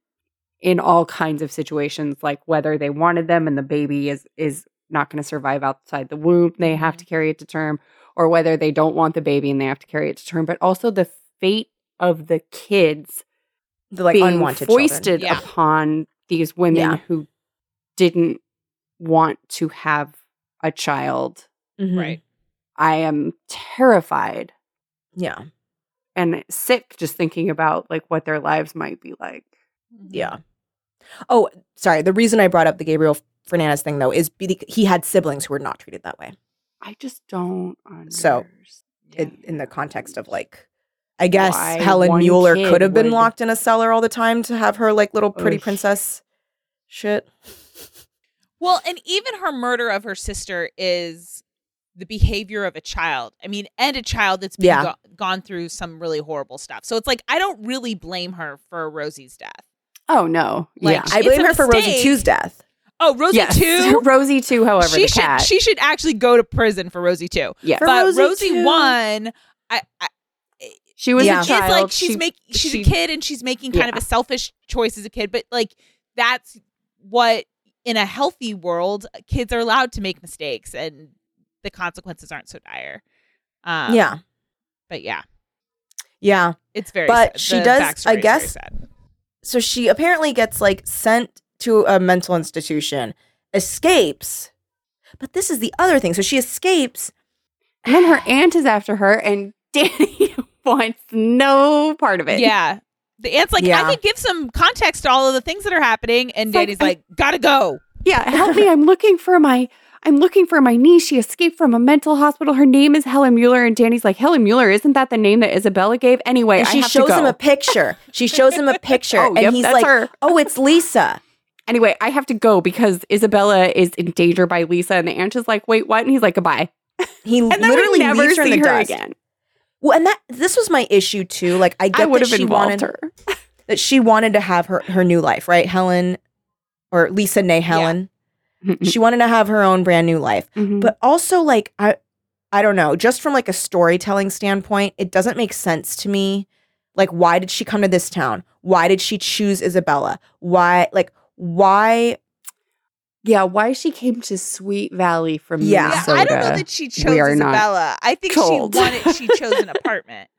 S3: in all kinds of situations, like whether they wanted them and the baby is is not going to survive outside the womb, they
S2: Mm-hmm.
S3: have to carry it to term, or whether they don't want the baby and they have to carry it to term, but also the fate of the kids
S2: the like
S3: being
S2: unwanted children.
S3: foisted
S4: Yeah.
S3: upon these women
S2: Yeah.
S3: who didn't want to have a child.
S2: Mhm.
S4: Right.
S3: I am terrified
S2: Yeah.
S3: and sick just thinking about like what their lives might be like.
S4: Mm-hmm.
S2: Yeah. Oh, sorry. The reason I brought up the Gabriel Fernandez thing though is be- he had siblings who were not treated that way.
S3: I just don't understand.
S2: So, in, in the context of like I guess
S3: Why
S2: Helen
S3: one
S2: Mueller
S3: kid
S2: could have been
S3: would-
S2: locked in a cellar all the time to have her like little pretty
S3: Ugh.
S2: princess shit.
S4: Well, and even her murder of her sister is the behavior of a child. I mean, and a child that's been
S2: Yeah.
S4: go- gone through some really horrible stuff. So it's like I don't really blame her for Rosie's death.
S3: oh no.
S4: Like,
S3: yeah.
S4: she-
S2: I
S4: It's
S2: blame
S4: a
S2: her for Rosie
S4: mistake.
S2: Two's death.
S4: Oh, Rosie
S3: yes.
S4: too.
S3: Rosie too, however,
S4: she
S3: the
S4: should
S3: cat.
S4: she should actually go to prison for Rosie too.
S3: yeah.
S2: For
S4: but
S2: Rosie
S4: Rosie,
S2: too.
S4: one, I, I
S3: she was
S2: Yeah.
S3: a
S4: it's
S3: child.
S4: like she's
S3: She-
S4: making she's
S3: she-
S4: a kid and she's making kind of
S3: Yeah.
S4: a selfish choice as a kid, but like that's what in a healthy world kids are allowed to make mistakes and the consequences aren't so dire. Um,
S2: yeah.
S4: but yeah.
S2: Yeah.
S4: It's very.
S2: But
S4: sad.
S2: she
S4: The
S2: does-
S4: backstory is
S2: I
S4: very
S2: guess-
S4: sad.
S2: So she apparently gets like sent to a mental institution, escapes. But this is the other thing. So she escapes.
S3: and then her aunt is after her and Danny wants no part of it.
S4: Yeah. The aunt's like,
S2: Yeah.
S4: I could give some context to all of the things that are happening, and
S3: It's like,
S4: Danny's
S3: I-
S4: like, gotta go.
S3: Yeah, help me. I'm looking for my I'm looking for my niece. She escaped from a mental hospital. Her name is Helen Mueller. And Danny's like, Helen Mueller, isn't that the name that Isabella gave? Anyway,
S2: And
S3: I
S2: she
S3: have
S2: shows
S3: to go.
S2: him a picture. She shows him a picture.
S3: Oh,
S2: and
S3: yep,
S2: he's
S3: that's
S2: like,
S3: her.
S2: Oh, it's Lisa.
S3: Anyway, I have to go because Isabella is in danger by Lisa. And the aunt is like, wait, what? And he's like, goodbye.
S2: He
S3: And then
S2: literally
S3: we never
S2: leaves her in
S3: see
S2: the
S3: her
S2: dust.
S3: again.
S2: Well, and that this was my issue too. Like I get
S3: I would
S2: that
S3: have
S2: she wanted
S3: involved her.
S2: that she wanted to have her her new life, right? Helen or Lisa Nay Helen.
S3: Mm-hmm.
S2: She wanted to have her own brand new life.
S3: Mhm.
S2: But also like I I don't know, just from like a storytelling standpoint, it doesn't make sense to me. Like why did she come to this town? Why did she choose Isabella? Why like why
S3: yeah, why she came to Sweet Valley from
S2: Yeah.
S4: Yeah,
S3: Minnesota.
S4: I don't know that she chose
S3: we are not
S4: Isabella. I think
S3: told.
S4: she wanted. She chose an apartment.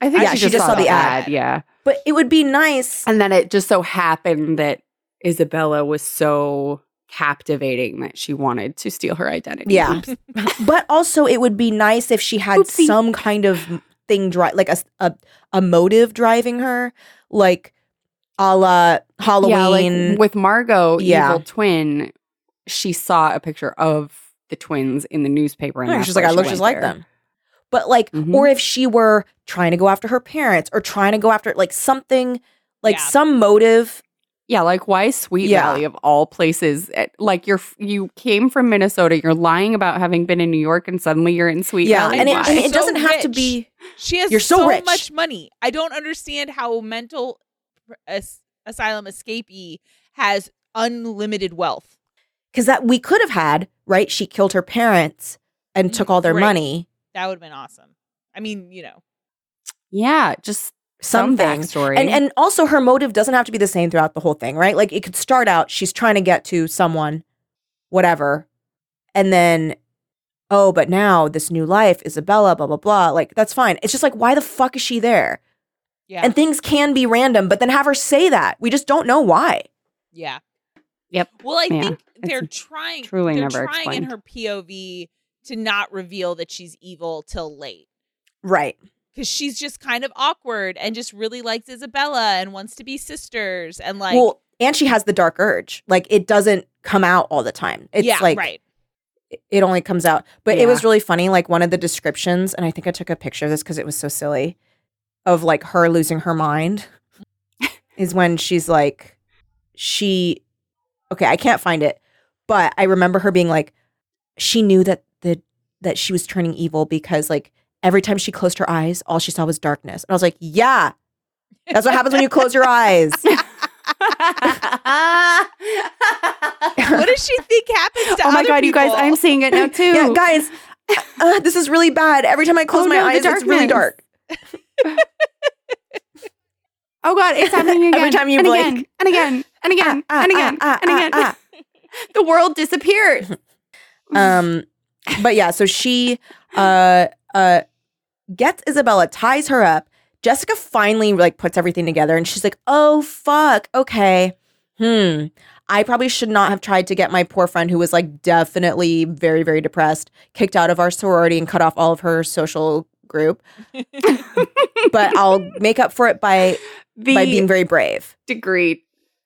S3: I think
S2: Yeah,
S3: she, just saw the ad. Yeah.
S2: but it would be nice.
S3: And then it just so happened that Isabella was so captivating that she wanted to steal her identity.
S2: Yeah. but also it would be nice if she had
S3: Oopsie.
S2: some kind of thing dri like a, s- a a motive driving her like a la Halloween.
S3: Yeah, like with Margot,
S2: Yeah.
S3: evil twin, she saw a picture of the twins in the newspaper. And
S2: Yeah,
S3: that's
S2: she's like,
S3: where
S2: I
S3: she
S2: look
S3: went
S2: just like
S3: there.
S2: them. But like,
S3: Mhm.
S2: or if she were trying to go after her parents or trying to go after like something, like
S4: Yeah.
S2: some motive.
S3: Yeah, like why Sweet
S2: Yeah.
S3: Valley of all places? Eh, Like you're f- you came from Minnesota, you're lying about having been in New York, and suddenly you're in Sweet
S2: yeah.
S3: Valley.
S2: And it,
S3: Why?
S2: and it
S4: So
S2: doesn't have to
S4: rich.
S2: be.
S4: She has
S2: You're so rich.
S4: much money. I don't understand how a mental as- asylum escapee has unlimited wealth.
S2: Because that we could have had, right? She killed her parents and
S3: Mm-hmm.
S2: took all their
S4: Right.
S2: money.
S4: That would have been awesome. I mean, you know,
S3: yeah, just some
S2: Something.
S3: backstory.
S2: And and also her motive doesn't have to be the same throughout the whole thing, right? Like it could start out she's trying to get to someone, whatever, and then oh, but now this new life, Isabella, blah blah blah. Like that's fine. It's just like why the fuck is she there?
S4: yeah,
S2: And things can be random, but then have her say that. We just don't know why.
S4: yeah,
S3: Yep.
S4: Well, I
S3: Yeah.
S4: think they're
S3: It's
S4: trying.
S3: truly
S4: they're
S3: never
S4: trying in
S3: explained.
S4: her POV to not reveal that she's evil till late.
S2: Right.
S4: because she's just kind of awkward and just really likes Isabella and wants to be sisters and like
S2: well, and she has the dark urge. Like it doesn't come out all the time. It's
S4: yeah
S2: like
S4: right
S2: it only comes out. But
S3: Yeah.
S2: it was really funny. Like one of the descriptions, and I think I took a picture of this because it was so silly. of like her losing her mind is when she's like she okay i can't find it but i remember her being like she knew that the that she was turning evil because like every time she closed her eyes all she saw was darkness and i was like yeah that's what happens when you close your eyes
S4: what does she think happens to
S3: oh my
S4: other
S3: god, you guys,
S4: people?
S3: I'm seeing it now too.
S2: yeah guys uh, this is really bad every time i close
S3: Oh,
S2: my
S3: no, the
S2: eyes it's really
S3: darkness.
S2: dark
S3: Oh god, it's happening again.
S2: Every time you
S3: and
S2: blink.
S3: again, and again, and again,
S2: Ah, ah,
S3: and again,
S2: ah, ah,
S3: and again.
S2: ah,
S3: the world disappears.
S2: um but yeah so she uh uh gets isabella ties her up jessica finally like puts everything together and she's like oh fuck okay hmm i probably should not have tried to get my poor friend who was like definitely very very depressed kicked out of our sorority and cut off all of her social group but i'll make up for it by
S3: The
S2: by being very brave
S3: degree.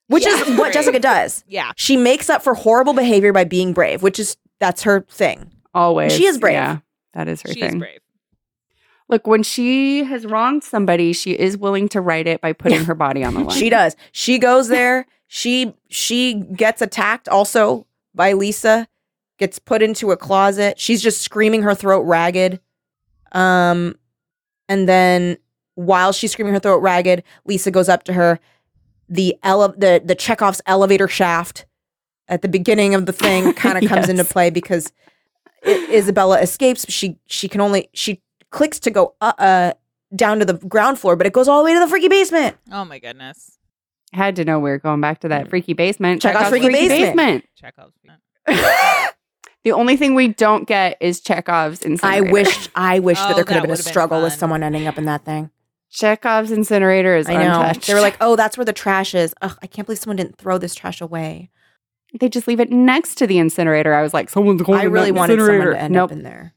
S2: which
S4: Yeah,
S2: is what
S4: brave.
S2: jessica does
S4: yeah.
S2: she makes up for horrible behavior by being brave which is that's her thing
S3: Always.
S2: She is brave.
S3: Yeah, that is her
S4: She's
S3: thing.
S4: brave.
S3: Look, when she has wronged somebody, she is willing to right it by putting her body on the line.
S2: She does. She goes there. She she gets attacked also by Lisa, gets put into a closet. She's just screaming her throat ragged. Um and then while she's screaming her throat ragged, Lisa goes up to her. The ele- the the Chekhov's elevator shaft at the beginning of the thing kind of comes
S3: Yes.
S2: into play because I- Isabella escapes. She she can only she clicks to go uh, uh down to the ground floor, but it goes all the way to the freaky basement.
S4: Oh my goodness.
S3: Had to know we were going back to that freaky basement.
S2: Check out
S3: Chekhov's
S2: Mm. freaky basement.
S4: Chekhov's.
S3: The only thing we don't get is Chekhov's
S2: I
S3: incinerator.
S2: wish I wish
S4: Oh,
S2: that there could
S4: that
S2: have been a
S4: would've been
S2: struggle with
S4: fun.
S2: someone ending up in that thing.
S3: Chekhov's incinerator is
S2: I know.
S3: untouched.
S2: They were like, "Oh, that's where the trash is." Ugh, I can't believe someone didn't throw this trash away.
S3: they just leave it next to the incinerator. I was like, someone's going.
S2: I
S3: in
S2: really
S3: that
S2: wanted someone
S3: incinerator.
S2: to end
S3: nope.
S2: up in there.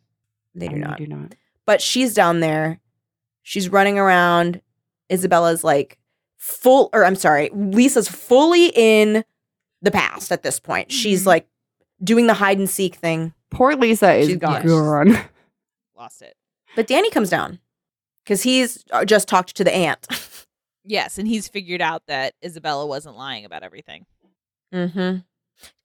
S2: They do
S3: No,
S2: not.
S3: Do not.
S2: But she's down there. She's running around. Isabella's like full or I'm sorry, Lisa's fully in the past at this point. She's
S3: Mm-hmm.
S4: Mhm.
S2: like doing the hide and seek thing.
S3: Poor Lisa is
S2: She's gone.
S3: gone.
S4: Lost it.
S2: But Danny comes down cuz he's uh, just talked to the aunt.
S4: Yes, and he's figured out that Isabella wasn't lying about everything.
S2: Mm-hmm.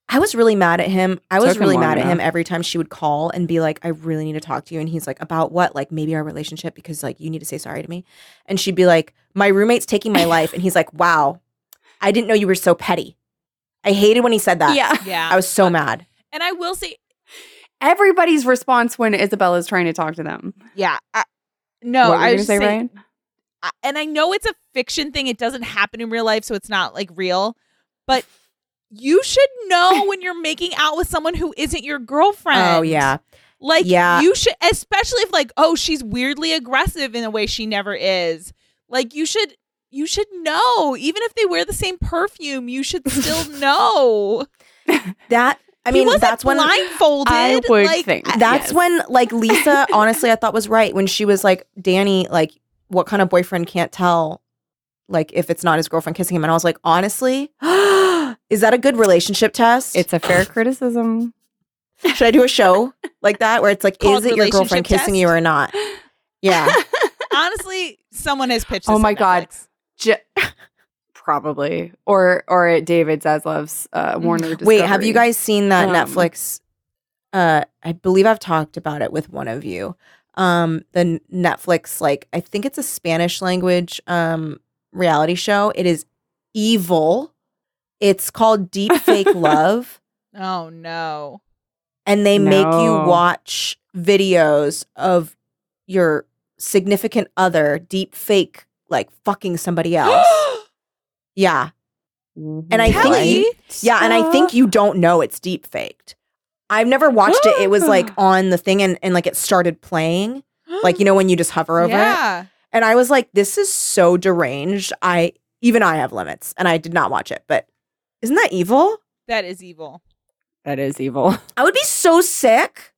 S2: I was really mad at him. I
S3: Took
S2: was
S3: him
S2: really
S3: long
S2: mad at him
S3: enough.
S2: every time she would call and be like, I really need to talk to you. And he's like, About what? Like, maybe our relationship, because like, you need to say sorry to me. And she'd be like, My roommate's taking my life. And he's like, Wow, I didn't know you were so petty. I hated when he said that.
S3: Yeah.
S4: Yeah.
S2: I was so mad.
S4: and I will say,
S3: Everybody's response when Isabella's trying to talk to them.
S4: yeah. I, no,
S3: what were
S4: I
S3: you
S4: was
S3: gonna say,
S4: saying-
S3: Ryan?
S4: I- and I know it's a fiction thing, it doesn't happen in real life, so it's not like real, but you should know when you're making out with someone who isn't your girlfriend.
S2: Oh, yeah.
S4: Like
S2: Yeah.
S4: you should especially if like, oh, she's weirdly aggressive in a way she never is. Like you should you should know. Even if they wear the same perfume, you should still know.
S2: That, I
S4: he
S2: mean,
S4: wasn't
S2: that's when
S4: blindfolded.
S3: I would
S4: like,
S3: think
S2: That's
S3: yes.
S2: when like Lisa honestly I thought was right when she was like Danny like what kind of boyfriend can't tell like if it's not his girlfriend kissing him and I was like honestly is that a good relationship test?
S3: It's a fair criticism.
S2: Should I do a show like that where it's like
S4: Called
S2: is it your girlfriend
S4: relationship
S2: kissing you
S4: test?
S2: or not? Yeah.
S4: honestly, someone has pitched.
S3: Oh
S4: this
S3: my
S4: on
S3: God.
S4: Netflix.
S3: J- Probably, or or at David Zaslav's uh, Warner.
S2: Wait, have
S3: Discovery.
S2: you guys seen that
S3: Um,
S2: Netflix uh I believe I've talked about it with one of you. Um the n- Netflix like I think it's a Spanish language um reality show. It is evil. It's called Deep Fake Love
S4: Oh no.
S2: and they make
S3: No.
S2: you watch videos of your significant other deep fake like fucking somebody else. yeah. And I
S4: Kelly?
S2: think Yeah, and I think you don't know it's deep faked. I've never watched it. It was
S4: Hmm.
S2: like on the thing and, and like it started playing. Like, you know, when you just hover over it.
S4: yeah.
S2: And I was like, this is so deranged. I even I have limits and I did not watch it, but isn't that evil?
S4: That is evil.
S3: that is evil.
S2: I would be so sick.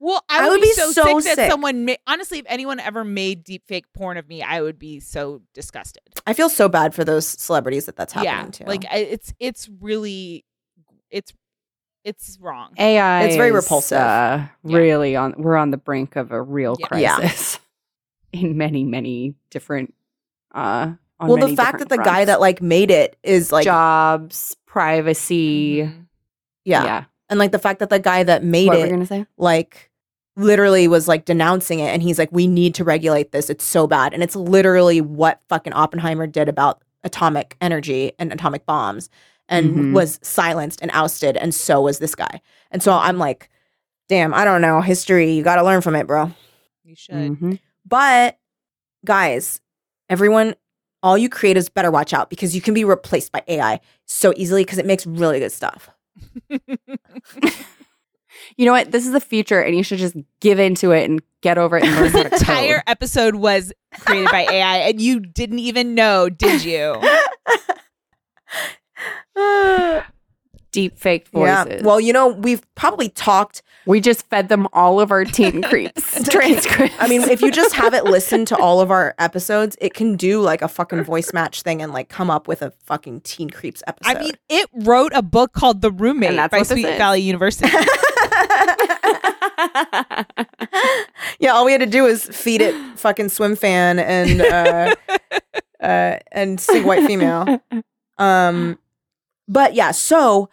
S4: Well, I would, be, so, sick, that
S2: sick.
S4: someone ma- honestly, if anyone ever made deep fake porn of me, I would be so disgusted.
S2: I feel so bad for those celebrities that that's happening to.
S4: yeah, like I- it's it's really it's it's wrong.
S3: AI.
S2: It's very
S3: is,
S2: repulsive.
S3: Uh,
S4: Yeah.
S3: Really on. We're on the brink of a real
S4: Yeah.
S2: Yeah.
S3: crisis in many many different Uh, on
S2: well, the
S3: many
S2: fact that
S3: different
S2: the guy
S3: fronts.
S2: that like made it is like, Mm-hmm.
S3: jobs, privacy,
S2: yeah. and like the fact that the guy that made
S3: What were
S2: it
S3: we gonna say?
S2: like literally was like denouncing it and he's like we need to regulate this it's so bad and it's literally what fucking oppenheimer did about atomic energy and atomic bombs and
S3: Mhm.
S2: was silenced and ousted and so was this guy and so i'm like damn i don't know history you got to learn from it bro
S4: You should.
S3: Mhm.
S2: but guys, everyone, all you creatives better watch out because you can be replaced by AI so easily because it makes really good stuff.
S3: You know what? This is the future, and you should just give into it and get over it and learn how to
S4: this entire episode was created by AI, and you didn't even know, did you?
S3: deep fake voices.
S2: Yeah. Well, you know, we've probably talked.
S3: we just fed them all of our teen creeps transcripts.
S2: I mean, if you just have it listen to all of our episodes, it can do like a fucking voice match thing and like come up with a fucking Teen Creeps episode.
S4: I mean, it wrote a book called The
S3: And
S4: Roommate
S3: that's
S4: by
S3: what this
S4: Sweet
S3: is.
S4: Valley University.
S2: yeah, all we had to do was feed it fucking swim fan and uh, uh, and sing white female. Um, but yeah, so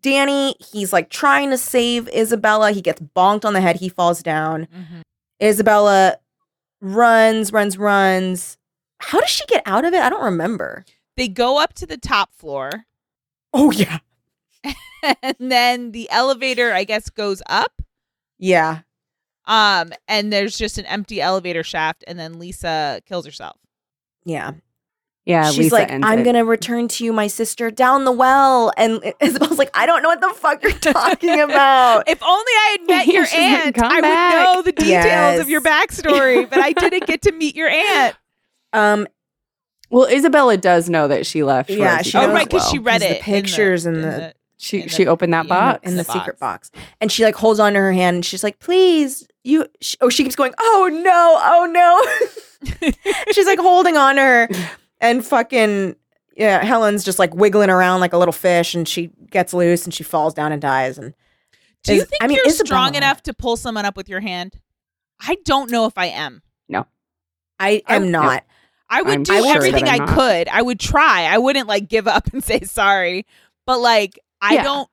S2: Danny, he's like trying to save Isabella. He gets bonked on the head. He falls down.
S4: Mm-hmm.
S2: Isabella runs, runs, runs. How does she get out of it? I don't remember.
S4: They go up to the top floor,
S2: Oh yeah,
S4: and then the elevator, I guess, goes up.
S2: yeah,
S4: Um, and there's just an empty elevator shaft, and then Lisa kills herself.
S2: yeah.
S3: yeah,
S2: She's
S3: Uh, Lisa
S2: like,
S3: ends
S2: I'm
S3: it.
S2: gonna return to you, my sister, down the well. And Isabel's like, I don't know what the fuck you're talking about.
S4: If only I had met your
S3: She's like,
S4: aunt,
S3: "Come
S4: I
S3: back."
S4: would know the details
S2: Yes.
S4: of your backstory, but I didn't get to meet your aunt.
S2: Um,
S3: Well, Isabella does know that she left.
S2: Yeah,
S3: Rosie
S2: she
S4: Oh,
S2: knows
S3: as
S4: right, because
S3: well.
S4: she read
S2: Because
S4: it.
S2: the
S4: in
S2: pictures and
S4: in
S2: the-
S3: she
S4: in
S3: she
S4: the-
S3: opened that
S4: yeah,
S3: box.
S2: in the,
S4: The
S2: secret box, and she like holds on to her hand, and she's like, "Please, you." She, oh, she keeps going. Oh no! Oh no! she's like holding on to her, and fucking yeah, Helen's just like wiggling around like a little fish, and she gets loose and she falls down and dies. And
S4: Do you
S2: Is-
S4: think
S2: I mean,
S4: you're strong
S2: Isabella-
S4: enough to pull someone up with your hand? I don't know if I am.
S2: I am
S3: Oh,
S4: I'm-
S2: not.
S4: I would
S3: I'm
S4: do
S2: sure that
S4: everything I
S3: I'm not.
S4: could. I would try. I wouldn't like give up and say sorry. But like I
S3: Yeah.
S4: don't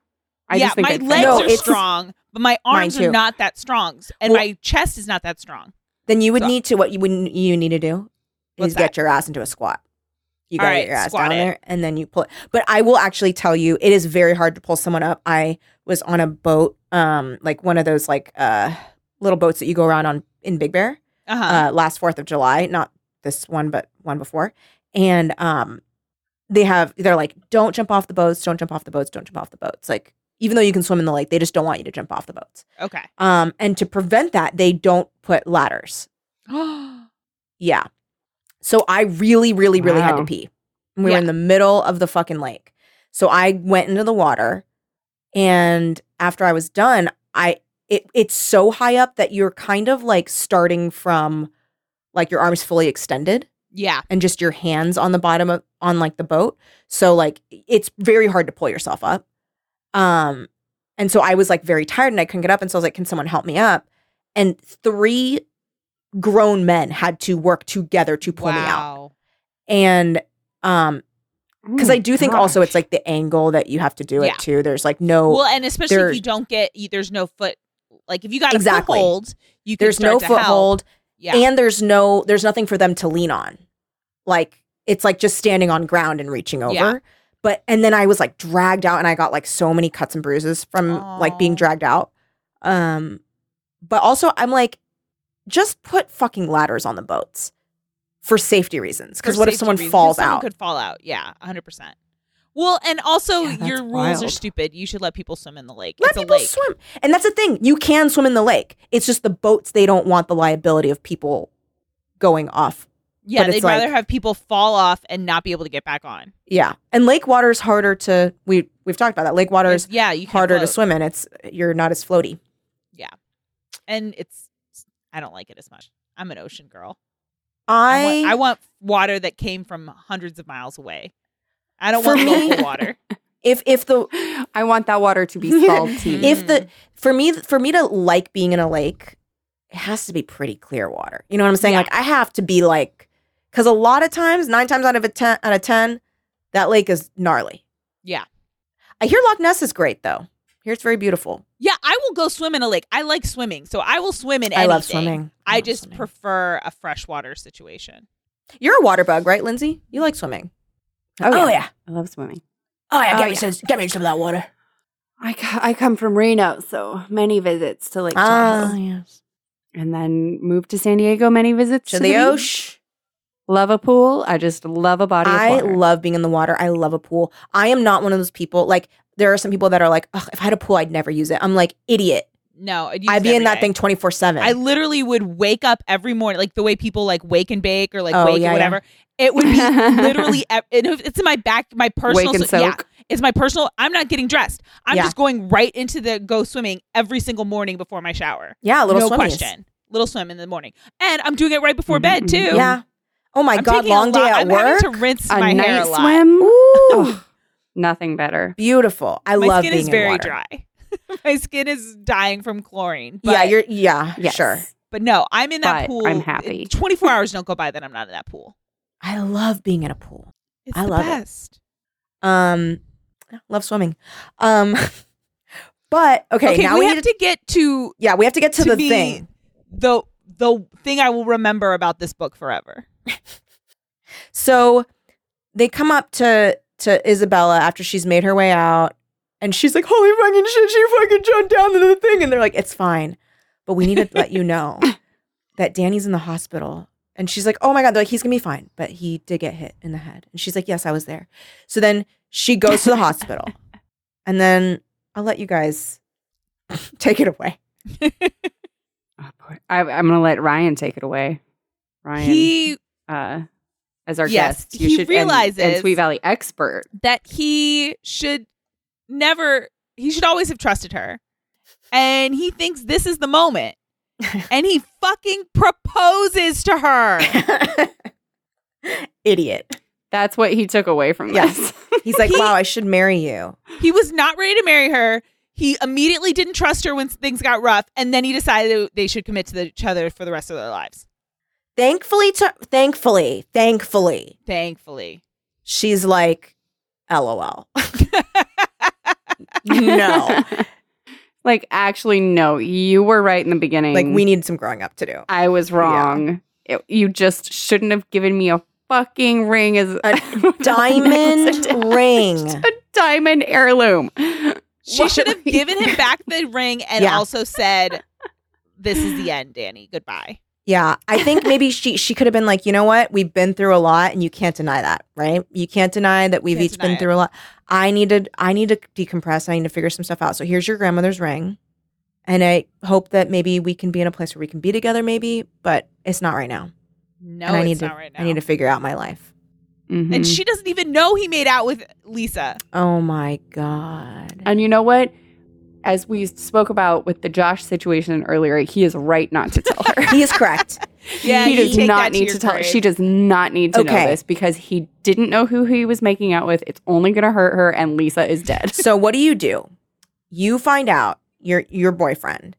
S3: I
S4: yeah,
S3: just think
S4: my
S3: I'd
S4: legs
S2: No,
S4: are
S2: it's-
S4: strong, but my arms
S2: too.
S4: are not that strong. And
S2: Well-
S4: my chest is not that strong.
S2: Then you would
S4: So-
S2: need to what you would you need to do
S4: What's
S2: is get your ass into a squat. You
S4: All
S2: gotta
S4: right,
S2: get your ass
S4: squat
S2: down
S4: it.
S2: there and then you pull it. But I will actually tell you, it is very hard to pull someone up. I was on a boat, um, like one of those like uh little boats that you go around on in Big Bear
S4: Uh-huh.
S2: uh, last Fourth of July, not this one, but one before. And um, they have they're like, don't jump off the boats, don't jump off the boats, don't jump off the boats. Like even though you can swim in the lake, they just don't want you to jump off the boats.
S4: okay.
S2: Um, and to prevent that, they don't put ladders. Yeah. So I really, really, really had to
S3: Wow.
S2: pee. We were
S4: Yeah.
S2: in the middle of the fucking lake. So I went into the water and after I was done, I it it's so high up that you're kind of like starting from like your arms fully extended
S4: yeah.
S2: and just your hands on the bottom of on like the boat. So like it's very hard to pull yourself up. Um and so I was like very tired and I couldn't get up and so I was like can someone help me up? And three grown men had to work together to pull me out.
S4: Wow.
S2: And um cuz I do think also it's like the angle that you have to do
S4: Oh Yeah.
S2: it too. There's like no
S4: Well, and especially if
S2: there's-
S4: you don't get you- there's no foot like if you got
S2: Exactly.
S4: a foothold, you can
S2: there's no
S4: start to help.
S2: foothold
S4: Yeah.
S2: and there's no there's nothing for them to lean on. Like it's like just standing on ground and reaching over.
S4: Yeah.
S2: But and then I was like dragged out and I got like so many cuts and bruises from like being
S4: Aw.
S2: dragged out. Um but also I'm like just put fucking ladders on the boats for safety reasons cuz
S4: for
S2: what if
S4: safety
S2: someone
S4: reasons, 'cause
S2: falls
S4: someone
S2: out?
S4: Could fall out. Yeah, hundred percent. Well, and also
S3: Yeah, that's
S4: your rules are
S3: wild.
S4: stupid. You should let people swim in the lake.
S2: Let
S4: it's
S2: people
S4: a lake.
S2: swim. And that's the thing. You can swim in the lake. It's just the boats they don't want the liability of people going off.
S4: Yeah,
S2: but it's
S4: they'd rather
S2: like-
S4: have people fall off and not be able to get back on.
S2: Yeah. And lake water is harder to we we've talked about that. Lake water
S4: It's-
S2: is
S4: yeah, you can't
S2: harder to
S4: float.
S2: swim in. It's you're not as floaty.
S4: and it's I don't like it as much. I'm an ocean girl.
S2: I
S4: I want, I want water that came from hundreds of miles away. I don't
S2: For
S4: want
S2: me-
S4: local water.
S2: if if the
S3: I want that water to be salty.
S2: if
S4: Mm.
S2: the for me for me to like being in a lake, it has to be pretty clear water. You know what I'm saying?
S4: Yeah.
S2: Like I have to be like Because a lot of times, nine times out of a ten, out of ten, that lake is gnarly.
S4: Yeah.
S2: I hear Loch Ness is great though. Here it's very beautiful.
S4: Yeah, I will go swim in a lake. I like swimming, so I will swim in.
S2: I love
S4: anything.
S2: swimming.
S4: I,
S2: love
S4: just
S2: swimming.
S4: prefer a freshwater situation.
S2: You're a water bug, right, Lindsay? You like swimming.
S3: Oh,
S5: yeah.
S3: I love swimming.
S5: Oh yeah.
S2: Oh,
S5: Get me some. Get me some of that water.
S3: I, co- I come from Reno, so many visits to Lake Tahoe.
S2: Ah, yes.
S3: And then moved to San Diego, many visits
S2: To the
S3: beach.
S2: ocean.
S3: Love a pool. I just love a body of
S2: I
S3: water.
S2: love being in the water. I love a pool. I am not one of those people. Like there are some people that are like, Ugh, if I had a pool, I'd never use it. I'm like, idiot.
S4: No, I'd, use
S2: I'd
S4: it
S2: be in
S4: every
S2: that
S4: day.
S2: thing 24 seven.
S4: I literally would wake up every morning, like the way people like wake and bake or like
S2: Oh,
S4: wake
S2: yeah, yeah.
S4: and whatever. It would be literally. ev- and if It's in my back, my personal.
S3: Wake and
S4: so- yeah,
S3: soak.
S4: it's my personal. I'm not getting dressed. I'm
S2: Yeah.
S4: just going right into the go swimming every single morning before my shower.
S2: Yeah, a little
S4: no
S2: swimmies.
S4: question. Little swim in the morning, and I'm doing it right before
S3: Mhm,
S4: bed
S3: mhm,
S4: too.
S3: mhm.
S2: Mm-hmm, Yeah. Oh my
S4: I'm
S2: god,
S4: taking a
S2: long day
S4: lot-
S2: at
S4: I'm
S2: work.
S4: having to rinse
S3: A
S4: my hair
S3: night
S4: a lot.
S3: swim.
S2: Ooh,
S3: Oh, nothing better.
S2: beautiful. I
S4: my
S2: love
S4: skin
S2: being
S4: is
S2: in
S4: very
S2: water.
S4: dry. my skin is dying from chlorine. But,
S2: yeah, you're. Yeah,
S3: Yes.
S2: sure.
S4: But no, I'm in that
S3: But
S4: pool.
S3: I'm happy.
S4: Twenty four hours don't go by that I'm not in that pool.
S2: I love being in a pool.
S4: It's
S2: I
S4: the
S2: love it.
S4: best.
S2: Um, love swimming. Um, but okay,
S4: Okay,
S2: now
S4: we,
S2: we,
S4: have
S2: need
S4: to get to
S2: Yeah, we have to get to,
S4: to
S2: the
S4: me-
S2: thing.
S4: the the thing I will remember about this book forever.
S2: So they come up to to Isabella after she's made her way out, and she's like, "Holy fucking shit! She fucking jumped down into the thing." And they're like, "It's fine, but we need to let you know that Danny's in the hospital." And she's like, "Oh my god!" They're like, "He's gonna be fine," but he did get hit in the head. And she's like, "Yes, I was there." So then she goes to the hospital, and then I'll let you guys take it away.
S3: Oh, boy. I, I'm going to let Ryan take it away. Ryan,
S4: He
S3: uh, as our
S4: Yes,
S3: guest, you
S4: he
S3: should and- and
S4: realizes-
S3: Sweet Valley expert.
S4: that he should never he should always have trusted her. And he thinks this is the moment. and he fucking proposes to her.
S2: Idiot.
S3: That's what he took away from
S2: Yes.
S3: this.
S2: He's like,
S4: He-
S2: "Wow, I should marry you."
S4: He was not ready to marry her. He immediately didn't trust her when things got rough, and then he decided they should commit to each other for the rest of their lives.
S2: Thankfully, to, thankfully, thankfully,
S4: Thankfully.
S2: she's like, LOL. no.
S3: like, actually, no. You were right in the beginning.
S2: Like, we need some growing up to do.
S3: I was wrong. It- you just shouldn't have given me a fucking ring as
S2: A
S3: with a
S2: Diamond
S3: necklace attached.
S2: ring.
S3: a diamond heirloom.
S4: She
S3: What
S4: should have
S3: we
S4: given him
S3: did.
S4: back the ring and
S2: Yeah.
S4: also said, This is the end, Danny. Goodbye.
S2: Yeah. I think maybe she she could have been like, you know what? We've been through a lot and you can't deny that, right? You can't deny that we've
S4: Can't
S2: each been
S4: deny it.
S2: through a lot. I needed I need to decompress. I need to figure some stuff out. So here's your grandmother's ring. And I hope that maybe we can be in a place where we can be together, maybe, but it's not right now.
S4: No,
S2: and I
S4: it's
S2: need to
S4: not right now.
S2: I need to figure out my life.
S3: Mhm.
S4: and she doesn't even know he made out with Lisa.
S2: Oh my god.
S3: And you know what? As we spoke about with the Josh situation earlier, he is right not to tell her.
S2: He is correct.
S4: Yeah,
S3: he
S4: you
S3: does
S4: take
S3: not
S4: that to
S3: need
S4: your
S3: to tell her.
S4: grave.
S3: She does not need to
S2: Okay.
S3: know this because he didn't know who he was making out with. It's only going to hurt her, and Lisa is dead.
S2: so what do you do? You find out your your boyfriend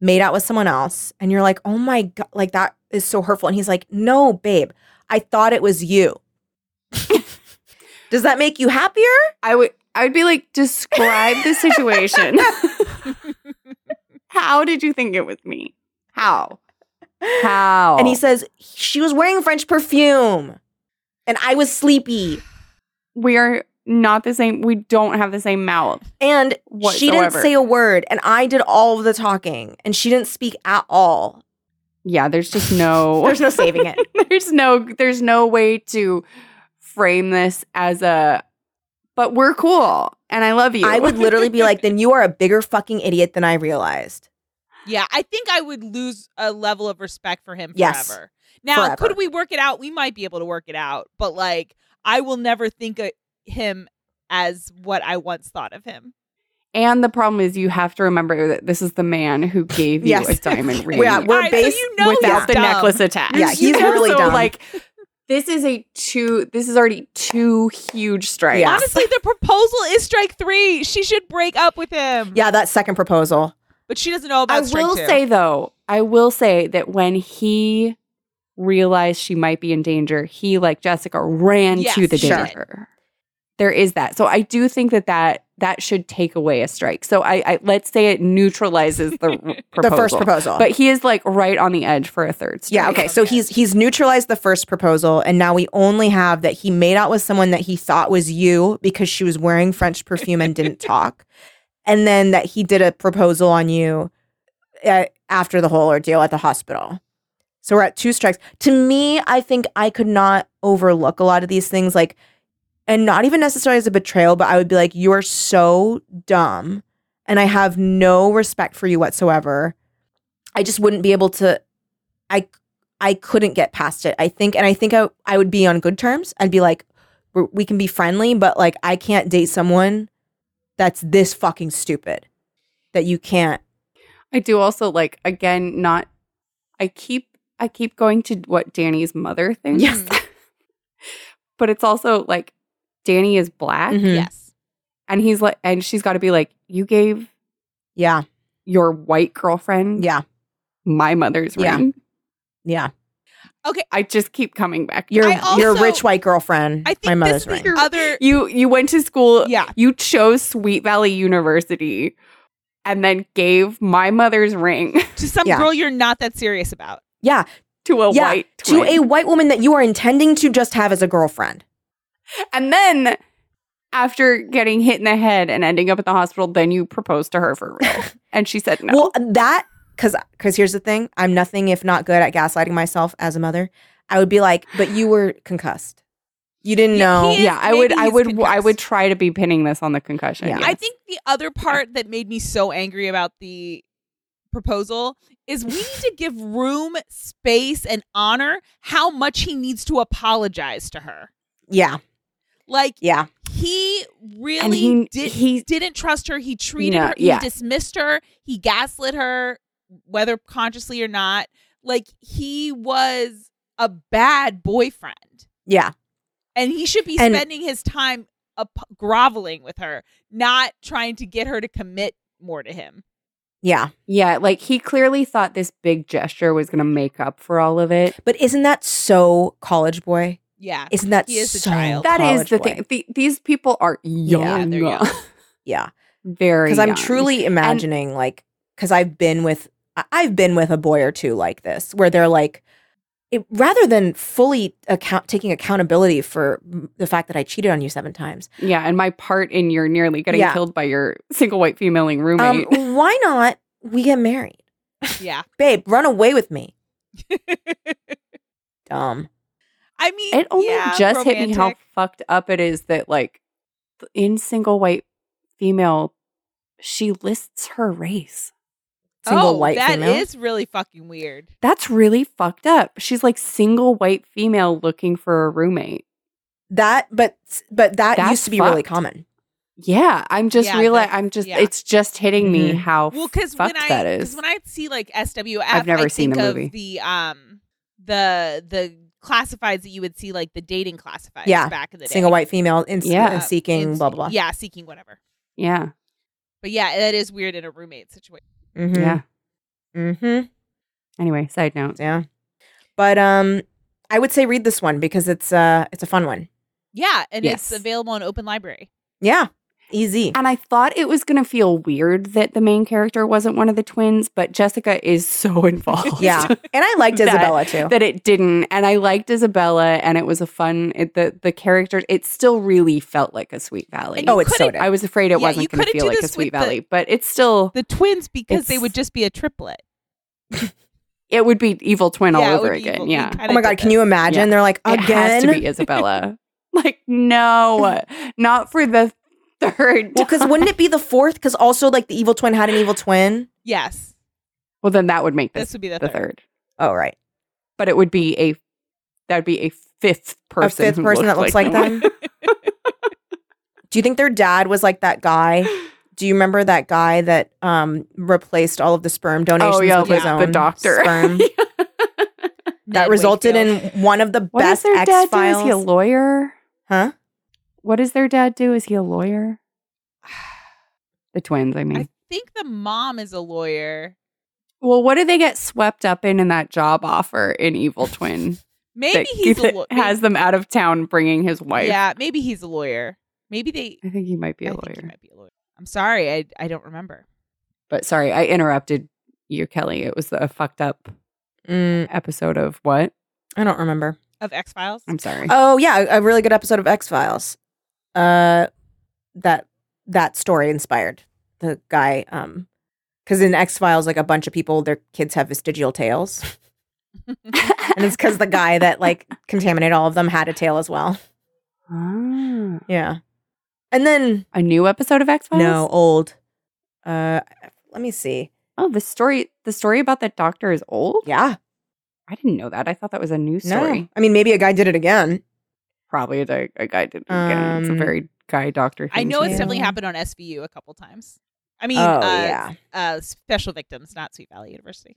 S2: made out with someone else and you're like, "Oh my god, like that is so hurtful." And he's like, "No, babe. I thought it was you." Does that make you happier?
S3: I would I would be like, describe the situation. How did you think it was me? How? How?
S2: And he says, "She was wearing French perfume." And I was sleepy.
S3: we are not the same. We don't have the same mouth.
S2: And she didn't
S3: Whatsoever.
S2: say a word. And I did all of the talking. And she didn't speak at all.
S3: Yeah, there's just no
S2: There's no saving it.
S3: there's no there's no way to frame this as a but we're cool and I love you.
S2: I would literally be like, then you are a bigger fucking idiot than I realized.
S4: Yeah, I think I would lose a level of respect for him
S2: Yes.
S4: forever. Now,
S2: Forever.
S4: could we work it out? We might be able to work it out, but like I will never think of him as what I once thought of him.
S3: and the problem is you have to remember that this is the man who gave you
S2: Yes.
S3: a diamond ring.
S2: Yeah, we're
S4: All right,
S2: based
S4: so you know
S3: without
S4: he's
S3: the
S4: dumb.
S3: necklace attached.
S2: Yeah,
S3: You
S2: he's
S3: know?
S2: really
S3: so,
S2: dumb.
S3: Like this is a two. This is already two huge strikes.
S2: Yeah.
S4: Honestly, the proposal is strike three. She should break up with him.
S2: Yeah, that second proposal.
S4: but she doesn't know about.
S3: I
S4: strike
S3: will
S4: two.
S3: say though, I will say that when he realized she might be in danger, he, like Jessica, ran to
S4: Yes,
S3: the
S2: sure.
S3: danger. There is that. So I do think that that, that should take away a strike. So I, I let's say it neutralizes the proposal.
S2: the first proposal.
S3: But he is like right on the edge for a third strike.
S2: yeah, okay. So he's he's neutralized the first proposal, and now we only have that he made out with someone that he thought was you because she was wearing French perfume and didn't talk, and then that he did a proposal on you uh, after the whole ordeal at the hospital. So we're at two strikes. To me, I think I could not overlook a lot of these things, like, and not even necessarily as a betrayal, but I would be like, you are so dumb, and I have no respect for you whatsoever. I just wouldn't be able to. I I couldn't get past it. I think, and I think I I would be on good terms. I'd be like, "We're- we can be friendly, but like I can't date someone that's this fucking stupid that you can't.
S3: I do also like again not I keep I keep going to what Danny's mother thinks.
S4: Yes.
S3: but it's also like Danny is black
S2: Mm-hmm.
S4: Yes.
S3: and he's like and she's got to be like you gave
S2: Yeah,
S3: your white girlfriend
S2: yeah,
S3: my mother's
S2: Yeah.
S3: ring.
S2: yeah.
S3: I just keep coming back. to
S2: Your
S3: that.
S4: I
S2: your
S4: also-
S2: rich white girlfriend.
S4: I
S2: my
S4: think this
S2: mother's Uh,
S4: is
S2: ring.
S4: the other.
S3: you you went to school
S4: Yeah.
S3: you chose Sweet Valley University and then gave my mother's ring
S4: To some
S2: Yeah.
S4: girl you're not that serious about.
S2: yeah,
S3: to a
S2: Yeah,
S3: white
S2: to
S3: twin.
S2: a white woman that you are intending to just have as a girlfriend.
S3: And then after getting hit in the head and ending up at the hospital, then you proposed to her for real. and she said no.
S2: Well, that because because here's the thing: I'm nothing if not good at gaslighting myself as a mother. I would be like, but you were concussed. You didn't know.
S4: he is-
S3: yeah, I would
S4: maybe
S3: I
S4: he's
S3: would I
S4: concussed.
S3: would try to be pinning this on the concussion.
S2: Yeah.
S3: yes.
S4: I think the other part that made me so angry about the proposal is we need to give room, space, and honor how much he needs to apologize to her.
S2: yeah,
S4: Like
S2: yeah.
S4: he
S3: and
S4: really
S3: he,
S4: did
S3: he
S4: didn't trust her. He treated
S3: No,
S4: her.
S3: yeah.
S4: He dismissed her. He gaslit her, whether consciously or not. Like he was a bad boyfriend,
S2: Yeah.
S4: and he should be
S2: And-
S4: spending his time up- groveling with her, not trying to get her to commit more to him.
S2: Yeah.
S3: Yeah, like he clearly thought this big gesture was gonna make up for all of it.
S2: But isn't that so college boy?
S4: Yeah,
S2: Isn't that
S4: He is a
S2: so
S4: child.
S3: That is
S2: college
S3: the
S2: boy?
S3: thing. The, these people are young.
S2: Yeah,
S4: they're young.
S2: Yeah.
S3: Very
S2: Cuz I'm
S3: young.
S2: truly imagining like cuz I've been with I- I've been with a boy or two like this where they're like it, rather than fully account taking accountability for m- the fact that I cheated on you seven times.
S3: Yeah, and my part in your nearly getting
S2: Yeah.
S3: killed by your single white femaling
S2: Um
S3: roommate.
S2: why not we get married?
S4: yeah.
S2: Babe, run away with me. Dumb.
S4: I mean,
S3: It only
S4: yeah,
S3: just hit me how
S4: romantic.
S3: fucked up it is that like in single white female, she lists her race.
S2: Single
S4: oh,
S2: white
S4: that
S2: female.
S4: is really fucking weird.
S3: That's really fucked up. She's like single white female looking for a roommate.
S2: That but but that
S3: That's
S2: used to be really
S3: fucked.
S2: common.
S3: Yeah, I'm just
S4: Yeah,
S3: reali
S4: that's-
S3: I'm just.
S4: yeah.
S3: It's just hitting me
S2: Mhm.
S3: how
S4: well because
S3: fucked
S4: when I
S3: Oh, that
S4: 'cause
S3: is.
S4: when I see like SWF,
S3: I've never
S4: I
S3: seen
S4: think
S3: the
S4: of
S3: movie.
S4: The um the the classifieds that you would see like the dating classifieds
S2: Yeah.
S4: back in the day.
S2: Single white female in,
S3: Yeah.
S2: and seeking
S4: It's-
S2: blah blah blah.
S4: Yeah, seeking whatever.
S3: yeah,
S4: But yeah, that is weird in a roommate situation.
S2: Mhm.
S3: yeah.
S2: Mhm.
S3: Anyway, side note.
S2: Yeah. But um I would say read this one because it's uh it's a fun one.
S4: Yeah, and
S3: Yes.
S4: it's available on Open Library.
S2: Yeah. Easy.
S3: And I thought it was gonna feel weird that the main character wasn't one of the twins, but Jessica is so involved.
S2: Yeah. And I liked
S3: That-
S2: Isabella too.
S3: that it didn't and i liked isabella and it was a fun it, the the character it still really felt like a sweet valley
S4: And you
S2: oh, it's so
S4: couldn't-
S2: did.
S3: i was afraid it
S4: Yeah, you
S3: wasn't going to
S4: couldn't
S3: feel
S4: do
S3: like a
S4: this
S3: sweet
S4: with the-
S3: valley but it's still
S4: The twins because they
S3: It's-
S4: would just be a triplet.
S3: it would be evil twin
S4: Yeah,
S3: all
S4: it
S3: over
S4: would be
S3: again
S4: evil.
S3: yeah
S4: We
S2: oh
S4: kinda
S2: my
S4: did
S2: god, can
S4: this.
S2: you imagine?
S3: Yeah.
S2: They're like
S3: it has to
S2: again.
S3: be isabella like no not for the third
S2: Well, because
S3: time.
S2: wouldn't it be the fourth? Because also like the evil twin had an evil twin.
S4: Yes,
S3: well then that would make
S4: this
S3: this
S4: would be the
S3: the
S4: third.
S3: third
S2: Oh right.
S3: but it would be a that would be a fifth person
S2: A fifth
S3: who
S2: person that looks
S3: looked
S2: like,
S3: no one.
S2: them. Do you think their dad was like that guy? Do you remember that guy that um replaced all of the sperm donations
S3: oh yeah
S2: with
S3: the,
S2: his own
S3: the doctor
S2: sperm? that
S4: Ned
S2: resulted
S4: Wakefield.
S2: in one of the
S3: What
S2: best
S3: does their
S2: X
S3: dad do? Is he a
S2: Files.
S3: lawyer?
S2: Huh?
S3: What does their dad do? Is he a lawyer? The twins, I mean.
S4: I think the mom is a lawyer.
S3: Well, what did they get swept up in in that job offer in Evil Twin?
S4: Maybe
S3: that
S4: he's a lawyer.
S3: has them out of town bringing his wife.
S4: Yeah, maybe he's a lawyer. Maybe they
S3: I think he might be a
S4: I think he
S3: lawyer.
S4: might be a lawyer. I'm sorry, I I don't remember.
S3: But sorry, I interrupted you, Kelly. It was the fucked up
S2: Mm,
S3: episode of what?
S2: I don't remember.
S4: Of X Files.
S3: I'm sorry.
S2: Oh yeah, a really good episode of X Files. Uh, that that story inspired the guy. Um, because in X Files, like a bunch of people, their kids have vestigial tails, and it's because the guy that like contaminated all of them had a tail as well.
S3: Ah.
S2: Yeah, and then
S3: a new episode of X Files.
S2: no old. Uh, let me see.
S3: Oh, the story. The story about that doctor is old.
S2: Yeah,
S3: I didn't know that. I thought that was a new
S2: no.
S3: story.
S2: I mean, maybe a guy did it again.
S3: Probably the a guy did. again. it's a
S2: Um,
S3: very guy doctor.
S4: I
S3: thing
S4: know
S3: to
S4: it's
S3: do.
S4: definitely happened on SVU a couple times. I mean,
S2: oh
S4: uh,
S2: yeah.
S4: uh, special victims, not Sweet Valley University.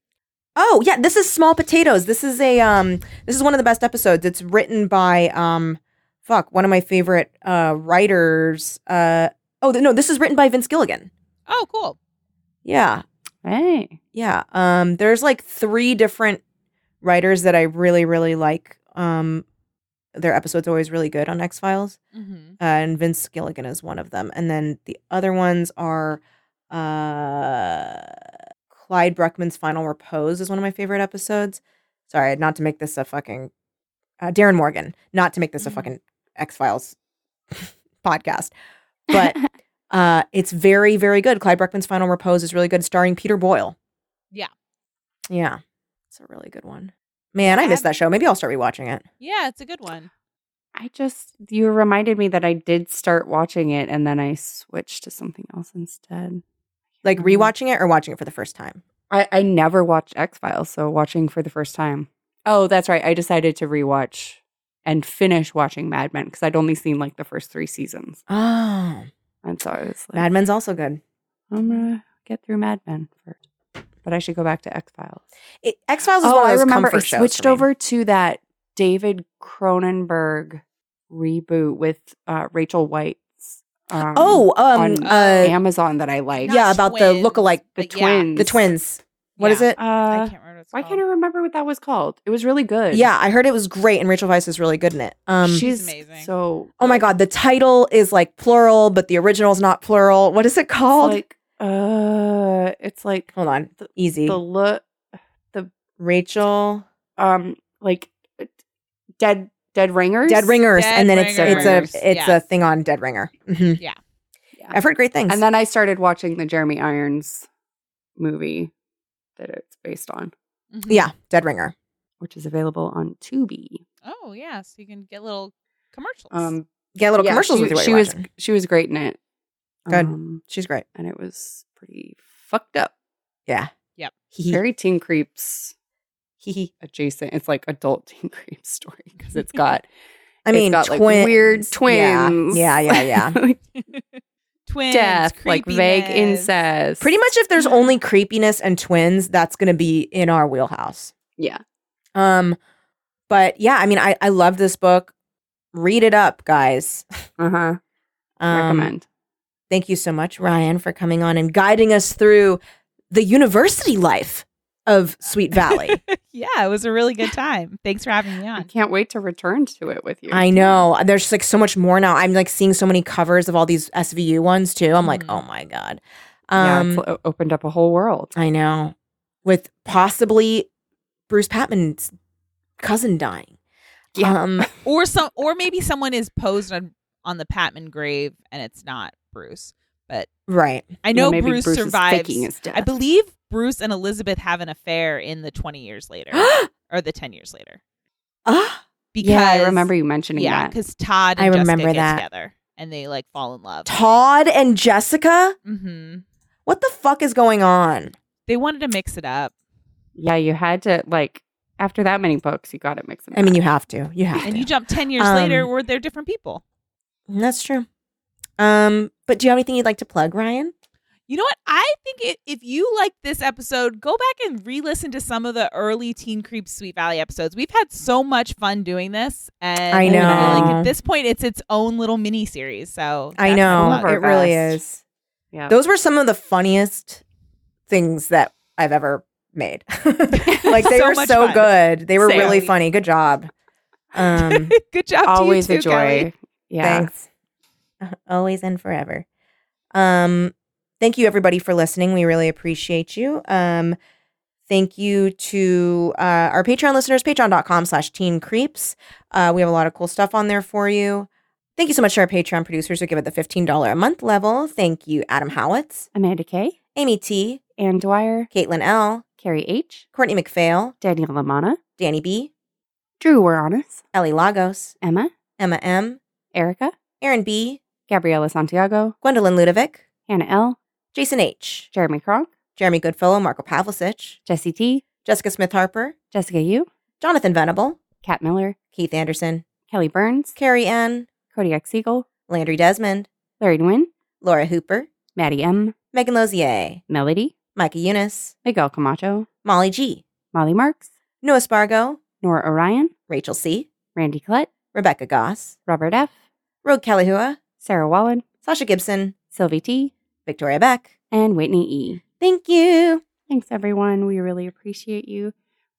S2: Oh yeah, this is Small Potatoes. This is a um this is one of the best episodes. It's written by um fuck, one of my favorite uh writers. Uh oh th- no, this is written by Vince Gilligan.
S4: Oh, cool.
S2: Yeah.
S3: Hey,
S2: Yeah. Um there's like three different writers that I really really like. Um their episodes are always really good on X-Files.
S4: Mm-hmm.
S2: Uh, and Vince Gilligan is one of them. And then the other ones are uh, Clyde Bruckman's Final Repose is one of my favorite episodes. Sorry, not to make this a fucking uh, Darren Morgan, not to make this a
S4: Mhm.
S2: fucking X Files podcast, but uh, it's very, very good. Clyde Bruckman's Final Repose is really good, starring Peter Boyle.
S4: Yeah.
S2: Yeah, it's a really good one. Man, I missed that show. Maybe I'll start rewatching it.
S4: Yeah, it's a good one.
S3: I just you reminded me that I did start watching it and then I switched to something else instead.
S2: Like
S3: Mhm.
S2: rewatching it or watching it for the first time.
S3: I, I never watched X Files, so watching for the first time. Oh, that's right. I decided to rewatch and finish watching Mad Men because I'd only seen like the first three seasons,
S2: Oh,
S3: and so I was like,
S2: Mad Men's also good.
S3: I'm gonna get through Mad Men first, but I should go back to X Files.
S2: X Files is
S3: Oh,
S2: one of
S3: I
S2: those
S3: remember. I
S2: comfort shows for
S3: switched
S2: me.
S3: over to that David Cronenberg reboot with uh, Rachel White's. Um,
S2: Oh, um,
S3: on
S2: uh,
S3: Amazon that I like.
S2: Yeah, about the lookalike-
S3: the
S4: but yeah.
S3: twins.
S2: the twins. What is
S4: Yeah.
S2: it?
S4: I
S3: Uh,
S4: can't remember. What it's
S3: why
S4: called.
S3: can't I remember what that was called? It was really good.
S2: Yeah, I heard it was great, and Rachel Weisz is really good in it. Um,
S3: she's
S4: amazing.
S3: amazing. So,
S2: oh my god, the title is like plural, but the original is not plural. What is it called?
S3: It's like, uh, it's like
S2: Hold on,
S3: the-
S2: easy.
S3: the look,
S2: Rachel
S3: um, like dead, dead ringers,
S2: Dead Ringers,
S4: Dead
S2: and then it's
S4: Ringers,
S2: it's a it's
S4: yes.
S2: a thing on Dead Ringer. Mhm.
S4: Yeah.
S3: Yeah.
S2: I've heard great things.
S3: And then I started watching the Jeremy Irons movie that it's based on,
S4: Mhm.
S2: yeah, Dead Ringer.
S3: which is available on Tubi.
S4: Oh, yeah. So you can get little commercials.
S3: Um,
S2: Get little
S3: yeah,
S2: commercials
S3: she,
S2: with you. while
S3: She
S2: you're
S3: was
S2: watching.
S3: she was great in it.
S2: Good.
S3: Um,
S2: she's great.
S3: and it was pretty fucked up.
S2: Hee
S3: Very Teen Creeps
S2: hee hee.
S3: adjacent. It's like adult Teen Creeps story because it's got
S2: I mean,
S3: it's got
S2: twins.
S3: like weird
S2: Yeah.
S3: twins.
S2: Yeah, yeah, yeah.
S3: Like
S4: Twins,
S3: death, like vague
S4: creepiness.
S3: incest.
S2: Pretty much, if there's
S3: Mm-hmm.
S2: only creepiness and twins, that's going to be in our wheelhouse.
S3: yeah.
S2: Um, but yeah, I mean, I I love this book. Read it up, guys.
S3: Uh huh.
S2: Um,
S3: Recommend.
S2: Thank you so much, Ryan, for coming on and guiding us through the university life of Sweet Valley.
S4: Yeah, it was a really good time. Thanks for having me
S3: I
S4: on.
S3: can't wait to return to it with you.
S2: I know there's just, like so much more now. I'm like seeing so many covers of all these SVU ones too. I'm like,
S4: Mhm.
S2: oh my god.
S3: Mm-hmm. yeah,
S2: Um,
S3: it's o- opened up a whole world.
S2: I know, with possibly Bruce Patman's cousin dying.
S3: Yeah.
S2: Um,
S4: Or some or maybe someone is posed on on the Patman grave and it's not Bruce.
S2: right.
S4: I know
S3: maybe
S4: Bruce,
S3: Bruce is
S4: survives.
S3: faking his death.
S4: I believe Bruce and Elizabeth have an affair in the 20 years later or the 10 years later.
S2: Ah,
S4: Because
S3: yeah, I remember you mentioning
S4: Yeah,
S3: that.
S4: because Todd and
S2: I
S4: Jessica
S2: remember
S4: get
S2: that.
S4: together and they like fall in love.
S2: Todd and Jessica.
S4: hmm
S2: What the fuck is going on?
S4: They wanted to mix it up,
S3: Yeah, you had to like after that many books, you got to mix them.
S2: I mean, you have to. You have
S4: and
S2: to.
S4: you jump 10 years
S2: Um,
S4: later where they're different people.
S2: That's true. Um, but do you have anything you'd like to plug, Ryan?
S4: You know what? I think it, if you like this episode, go back and re-listen to some of the early Teen Creep Sweet Valley episodes. We've had so much fun doing this, and
S2: I
S4: feel like
S2: know.
S4: at this point, it's its own little mini series. So
S2: I
S4: that's
S2: know
S4: the
S3: one of
S2: it
S4: plug.
S3: our
S2: really
S3: best.
S2: is.
S3: Yeah.
S2: Those were some of the funniest things that I've ever made. like they
S4: So
S2: were
S4: much
S2: so
S4: fun.
S2: good. They were
S4: Same.
S2: really funny. Good job. Um,
S4: Good job.
S3: Always
S4: to you
S3: a
S4: too,
S3: joy.
S4: Kelly.
S3: Yeah.
S2: Thanks. Always and forever. Um, thank you everybody for listening. We really appreciate you. Um, thank you to uh, our Patreon listeners, patreon.com slash teen creeps. Uh, we have a lot of cool stuff on there for you. Thank you so much to our Patreon producers who give at the $15 a month level. Thank you, Adam Howitz,
S3: Amanda Kay,
S2: Amy T,
S3: Ann Dwyer,
S2: Caitlin L,
S3: Carrie H,
S2: Courtney McPhail,
S3: Danielle Lamana,
S2: Danny B,
S3: Drew Waranis,
S2: Ellie Lagos,
S3: Emma,
S2: Emma M,
S3: Erica,
S2: Aaron B,
S3: Gabriela Santiago,
S2: Gwendolyn Ludovic,
S3: Hannah L,
S2: Jason H,
S3: Jeremy Kronk,
S2: Jeremy Goodfellow, Marco Pavlicich,
S3: Jesse T,
S2: Jessica Smith Harper,
S3: Jessica U,
S2: Jonathan Venable,
S3: Kat Miller,
S2: Keith Anderson,
S3: Kelly Burns,
S2: Carrie Ann,
S3: Kodiak Siegel,
S2: Landry Desmond,
S3: Larry Nguyen,
S2: Laura Hooper,
S3: Maddie M,
S2: Megan Lozier,
S3: Melody,
S2: Micah Eunice,
S3: Miguel Camacho,
S2: Molly G,
S3: Molly Marks,
S2: Noah Spargo,
S3: Nora Orion,
S2: Rachel C,
S3: Randy Collette,
S2: Rebecca Goss,
S3: Robert F,
S2: Rogue Kalihua,
S3: Sarah Wallen,
S2: Sasha Gibson,
S3: Sylvie T,
S2: Victoria Beck.
S3: and Whitney E.
S2: Thank you.
S3: Thanks, everyone. We really appreciate you.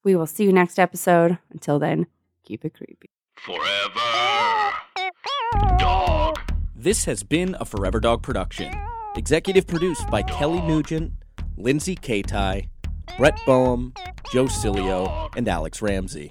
S3: We will see you next episode. Until then, keep it creepy.
S1: Forever. Dog.
S6: This has been a Forever Dog production. Executive produced by Kelly Nugent, Lindsay Katai, Brett Boehm, Joe Cilio, and Alex Ramsey.